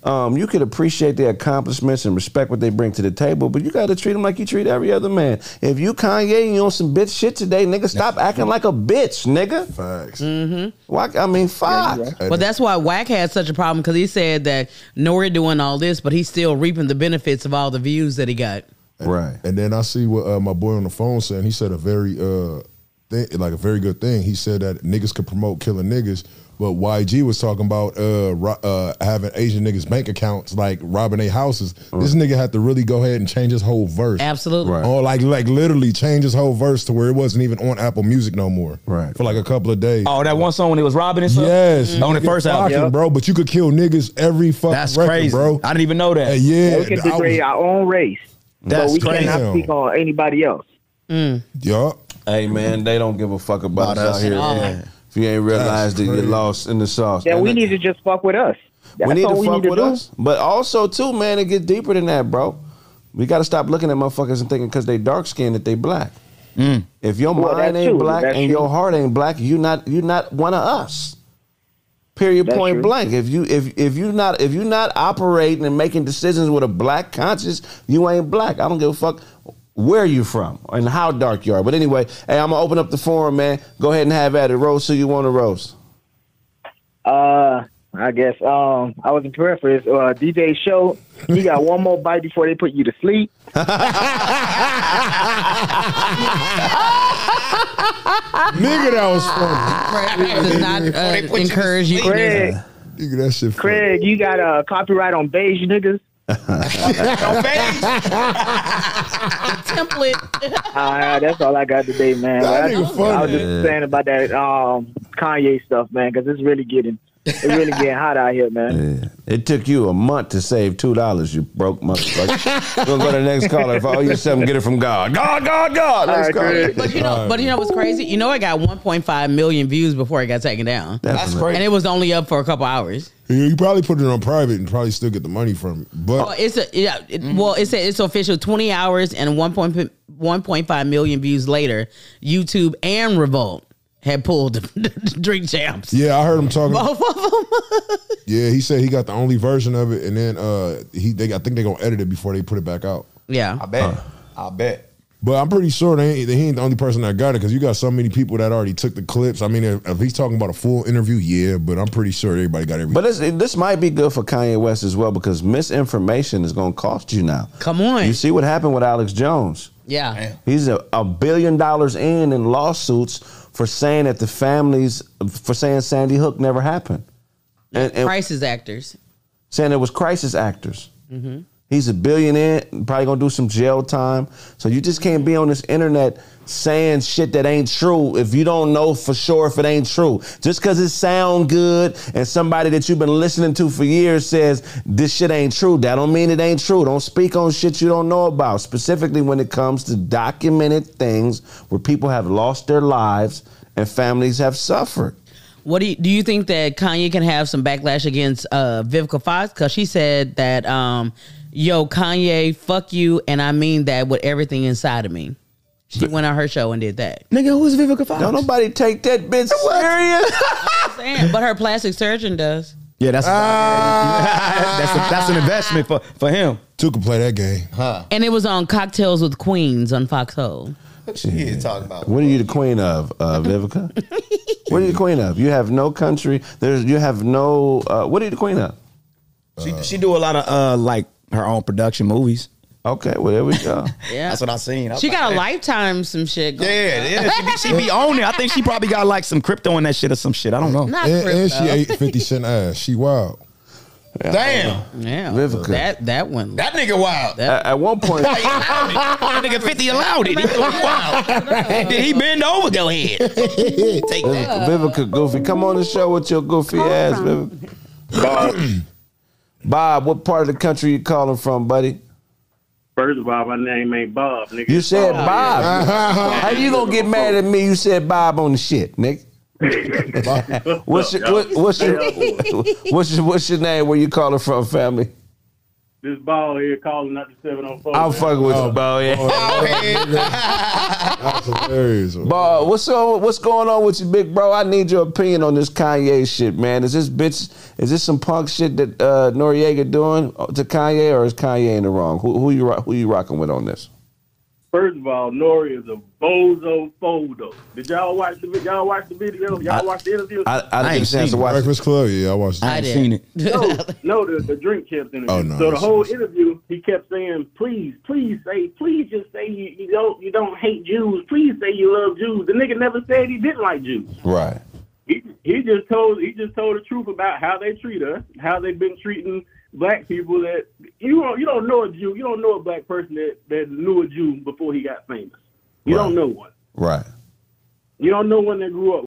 [SPEAKER 1] um, you can appreciate their accomplishments and respect what they bring to the table, but you got to treat them like you treat every other man. If you Kanye and you on some bitch shit today, nigga, stop acting like a bitch, nigga.
[SPEAKER 5] Facts.
[SPEAKER 2] Mm-hmm.
[SPEAKER 1] Why, I mean, fuck.
[SPEAKER 2] But that's why Wack had such a problem because he said that Nori doing all this, but he's still reaping the benefits of all the views that he got.
[SPEAKER 1] Right.
[SPEAKER 5] And then I see what uh, my boy on the phone saying. He said a very uh thing, like a very good thing. He said that niggas could promote killing niggas, but YG was talking about uh, ro- uh having Asian niggas bank accounts like robbing their houses. This nigga had to really go ahead and change his whole verse.
[SPEAKER 2] Absolutely. Right.
[SPEAKER 5] Or like like literally change his whole verse to where it wasn't even on Apple Music no more. Right. For like a couple of days.
[SPEAKER 9] Oh, that one song when he was robbing and stuff. Mm-hmm.
[SPEAKER 5] Yes,
[SPEAKER 9] on the
[SPEAKER 5] nigga,
[SPEAKER 9] first album,
[SPEAKER 5] fucking, bro. But you could kill niggas every fucking
[SPEAKER 9] That's
[SPEAKER 5] record,
[SPEAKER 9] crazy,
[SPEAKER 5] bro.
[SPEAKER 9] I didn't even know that.
[SPEAKER 5] Hey, yeah,
[SPEAKER 13] we can
[SPEAKER 5] I was-
[SPEAKER 13] degrade our own race,
[SPEAKER 5] That's
[SPEAKER 13] but we
[SPEAKER 5] crazy.
[SPEAKER 13] cannot speak on anybody else.
[SPEAKER 2] Mm.
[SPEAKER 5] Yup.
[SPEAKER 1] Hey, man, they don't give a fuck about
[SPEAKER 13] About
[SPEAKER 1] us out
[SPEAKER 13] us
[SPEAKER 1] here.
[SPEAKER 13] at all.
[SPEAKER 1] man. If you ain't realized that you're lost in the sauce.
[SPEAKER 13] Then
[SPEAKER 1] And
[SPEAKER 13] we
[SPEAKER 1] that-
[SPEAKER 13] need to just fuck with us. That's
[SPEAKER 1] we need
[SPEAKER 13] all
[SPEAKER 1] to
[SPEAKER 13] we
[SPEAKER 1] fuck
[SPEAKER 13] need to
[SPEAKER 1] with
[SPEAKER 13] do.
[SPEAKER 1] us. But also too, man, it gets deeper than that, bro. We got to stop looking at motherfuckers and thinking because they dark skinned that they black. If your
[SPEAKER 9] Well,
[SPEAKER 1] mind
[SPEAKER 9] that
[SPEAKER 1] ain't
[SPEAKER 9] too.
[SPEAKER 1] black
[SPEAKER 9] That
[SPEAKER 1] and
[SPEAKER 9] too.
[SPEAKER 1] your heart ain't black, you not you not one of us. Period.
[SPEAKER 9] That
[SPEAKER 1] point
[SPEAKER 9] true.
[SPEAKER 1] blank. If you if if you not if you not operating and making decisions with a black conscience, you ain't black. I don't give a fuck where you from and how dark you are. But anyway, hey, I'm gonna open up the forum, man. Go ahead and have at it. Roast who you want to roast.
[SPEAKER 13] Uh, I guess um, I was in prayer for this uh, DJ show. He got one more bite before they put you to sleep.
[SPEAKER 5] Nigga, that was funny.
[SPEAKER 2] Craig does not uh, encourage you. to do
[SPEAKER 13] Craig,
[SPEAKER 2] that.
[SPEAKER 5] Nigga, that shit.
[SPEAKER 13] Craig, you got a copyright on beige niggas.
[SPEAKER 2] template.
[SPEAKER 13] Uh, that's all I got today, man.
[SPEAKER 9] That
[SPEAKER 13] But I,
[SPEAKER 9] nigga
[SPEAKER 13] I was
[SPEAKER 9] funny.
[SPEAKER 13] just saying about that um, Kanye stuff, man, because it's really getting it's really getting hot out here, man.
[SPEAKER 1] It took you a month to save two dollars. You broke motherfucker. we'll go to the next caller. If I owe you something, get it from God. God,
[SPEAKER 5] Oh,
[SPEAKER 1] God, God.
[SPEAKER 9] All
[SPEAKER 1] Next
[SPEAKER 9] right,
[SPEAKER 1] caller.
[SPEAKER 9] good.
[SPEAKER 2] But you know, but you know what's crazy? You know, it got 1.5 million views before it got taken down.
[SPEAKER 5] That's Definitely. crazy.
[SPEAKER 2] And it was only up for a couple hours.
[SPEAKER 5] You you probably put it on private and probably still get the money from it. But
[SPEAKER 2] Well, it's a yeah. It, Well, it said it's official. 20 hours and 1.5 1.5 million views later, YouTube and Revolt had pulled the, drink champs.
[SPEAKER 5] yeah, I heard him talking.
[SPEAKER 2] Both of them.
[SPEAKER 5] Yeah, he said he got the only version of it, and then uh, he they I think they gonna edit it before they put it back out.
[SPEAKER 2] Yeah, I
[SPEAKER 3] bet. I bet.
[SPEAKER 5] But I'm pretty sure they ain't, they ain't the only person that got it because you got so many people that already took the clips. I mean, if, if he's talking about a full interview, yeah, but I'm pretty sure everybody got everything.
[SPEAKER 1] But this, this might be good for Kanye West as well because misinformation is going to cost you now.
[SPEAKER 2] Come on.
[SPEAKER 1] You see what happened with Alex Jones.
[SPEAKER 2] Yeah.
[SPEAKER 1] He's a, a billion dollars in in lawsuits for saying that the families, for saying Sandy Hook never happened. And, and
[SPEAKER 2] Crisis actors.
[SPEAKER 1] saying it was crisis actors.
[SPEAKER 2] Mhm.
[SPEAKER 1] He's a billionaire, probably gonna do some jail time. So you just can't be on this internet saying shit that ain't true if you don't know for sure if it ain't true. Just cause it sound good and somebody that you've been listening to for years says this shit ain't true, that don't mean it ain't true. Don't speak on shit you don't know about, specifically when it comes to documented things where people have lost their lives and families have suffered.
[SPEAKER 2] What do you, do you think that Kanye can have some backlash against uh, Vivica Fox because she said that, um, "Yo, Kanye, fuck you," and I mean that with everything inside of me. She went on her show and did that.
[SPEAKER 1] Nigga, who's Vivica Fox? Don't nobody take that bitch serious.
[SPEAKER 2] I'm saying, but her plastic surgeon does.
[SPEAKER 9] Yeah, that's that's, a, that's an investment for for him.
[SPEAKER 5] Two Ah. can play that game.
[SPEAKER 9] Huh.
[SPEAKER 2] And it was on Cocktails with Queens on Foxhole.
[SPEAKER 1] Yeah, talking about. What are you the queen of, uh, Vivica? what are you the queen of? You have no country. There's you have no. Uh, what are you the queen of?
[SPEAKER 9] She she do a lot of uh like her own production movies.
[SPEAKER 1] Okay, well there we go.
[SPEAKER 2] Yeah.
[SPEAKER 9] that's what I seen. I was
[SPEAKER 2] She
[SPEAKER 9] like,
[SPEAKER 2] got a
[SPEAKER 9] "Damn."
[SPEAKER 2] lifetime some shit. Going
[SPEAKER 9] Yeah,
[SPEAKER 2] on.
[SPEAKER 9] yeah. She be, she be on it. I think she probably got like some crypto in that shit or some shit. I don't know.
[SPEAKER 2] Not
[SPEAKER 5] and, and she
[SPEAKER 2] crypto.
[SPEAKER 5] ate 50 cent ass. She wild.
[SPEAKER 9] Damn.
[SPEAKER 2] Yeah,
[SPEAKER 1] Vivica.
[SPEAKER 2] that that one.
[SPEAKER 9] That nigga wild.
[SPEAKER 1] At, at one point,
[SPEAKER 9] that nigga 50 allowed it. He was wild. Did he bend over? Go ahead. Take
[SPEAKER 1] Vivica, Vivica Goofy, come on the show with your goofy ass, Vivica. Bob. Bob, what part of the country you calling from, buddy?
[SPEAKER 7] First of all, my name ain't Bob, nigga.
[SPEAKER 1] You
[SPEAKER 7] It's
[SPEAKER 1] said
[SPEAKER 7] Bob.
[SPEAKER 1] Bob. How you gonna get mad at me? You said Bob on the shit, Nick. what's your what, what's your what's your what's your name? Where you calling from, family?
[SPEAKER 7] This ball here calling out the 704.
[SPEAKER 1] I'm fucking with you, bro. Yeah. Bro, what's on, what's going on with you, big bro? I need your opinion on this Kanye shit, man. Is this bitch? Is this some punk shit that uh, Noriega doing to Kanye, or is Kanye in the wrong? Who, who you ro- who you rocking with on this?
[SPEAKER 7] First of all, Nori is a bozo photo. Did y'all watch the vi- y'all watch the video? Y'all watch the interview?
[SPEAKER 5] Breakfast Club. Yeah, I watched.
[SPEAKER 7] I
[SPEAKER 5] it.
[SPEAKER 7] didn't. no, no, the, the drink champs interview.
[SPEAKER 5] Oh, no,
[SPEAKER 7] so the
[SPEAKER 5] it's-
[SPEAKER 7] whole interview, he kept saying, "Please, please say, please just say you, you don't you don't hate Jews. Please say you love Jews." The nigga never said he didn't like Jews.
[SPEAKER 1] Right.
[SPEAKER 7] He he just told he just told the truth about how they treat us, how they've been treating black people. That you don't you don't know a Jew, you don't know a black person that that knew a Jew before he got famous. You don't know one.
[SPEAKER 1] Right.
[SPEAKER 7] You don't know one that grew up.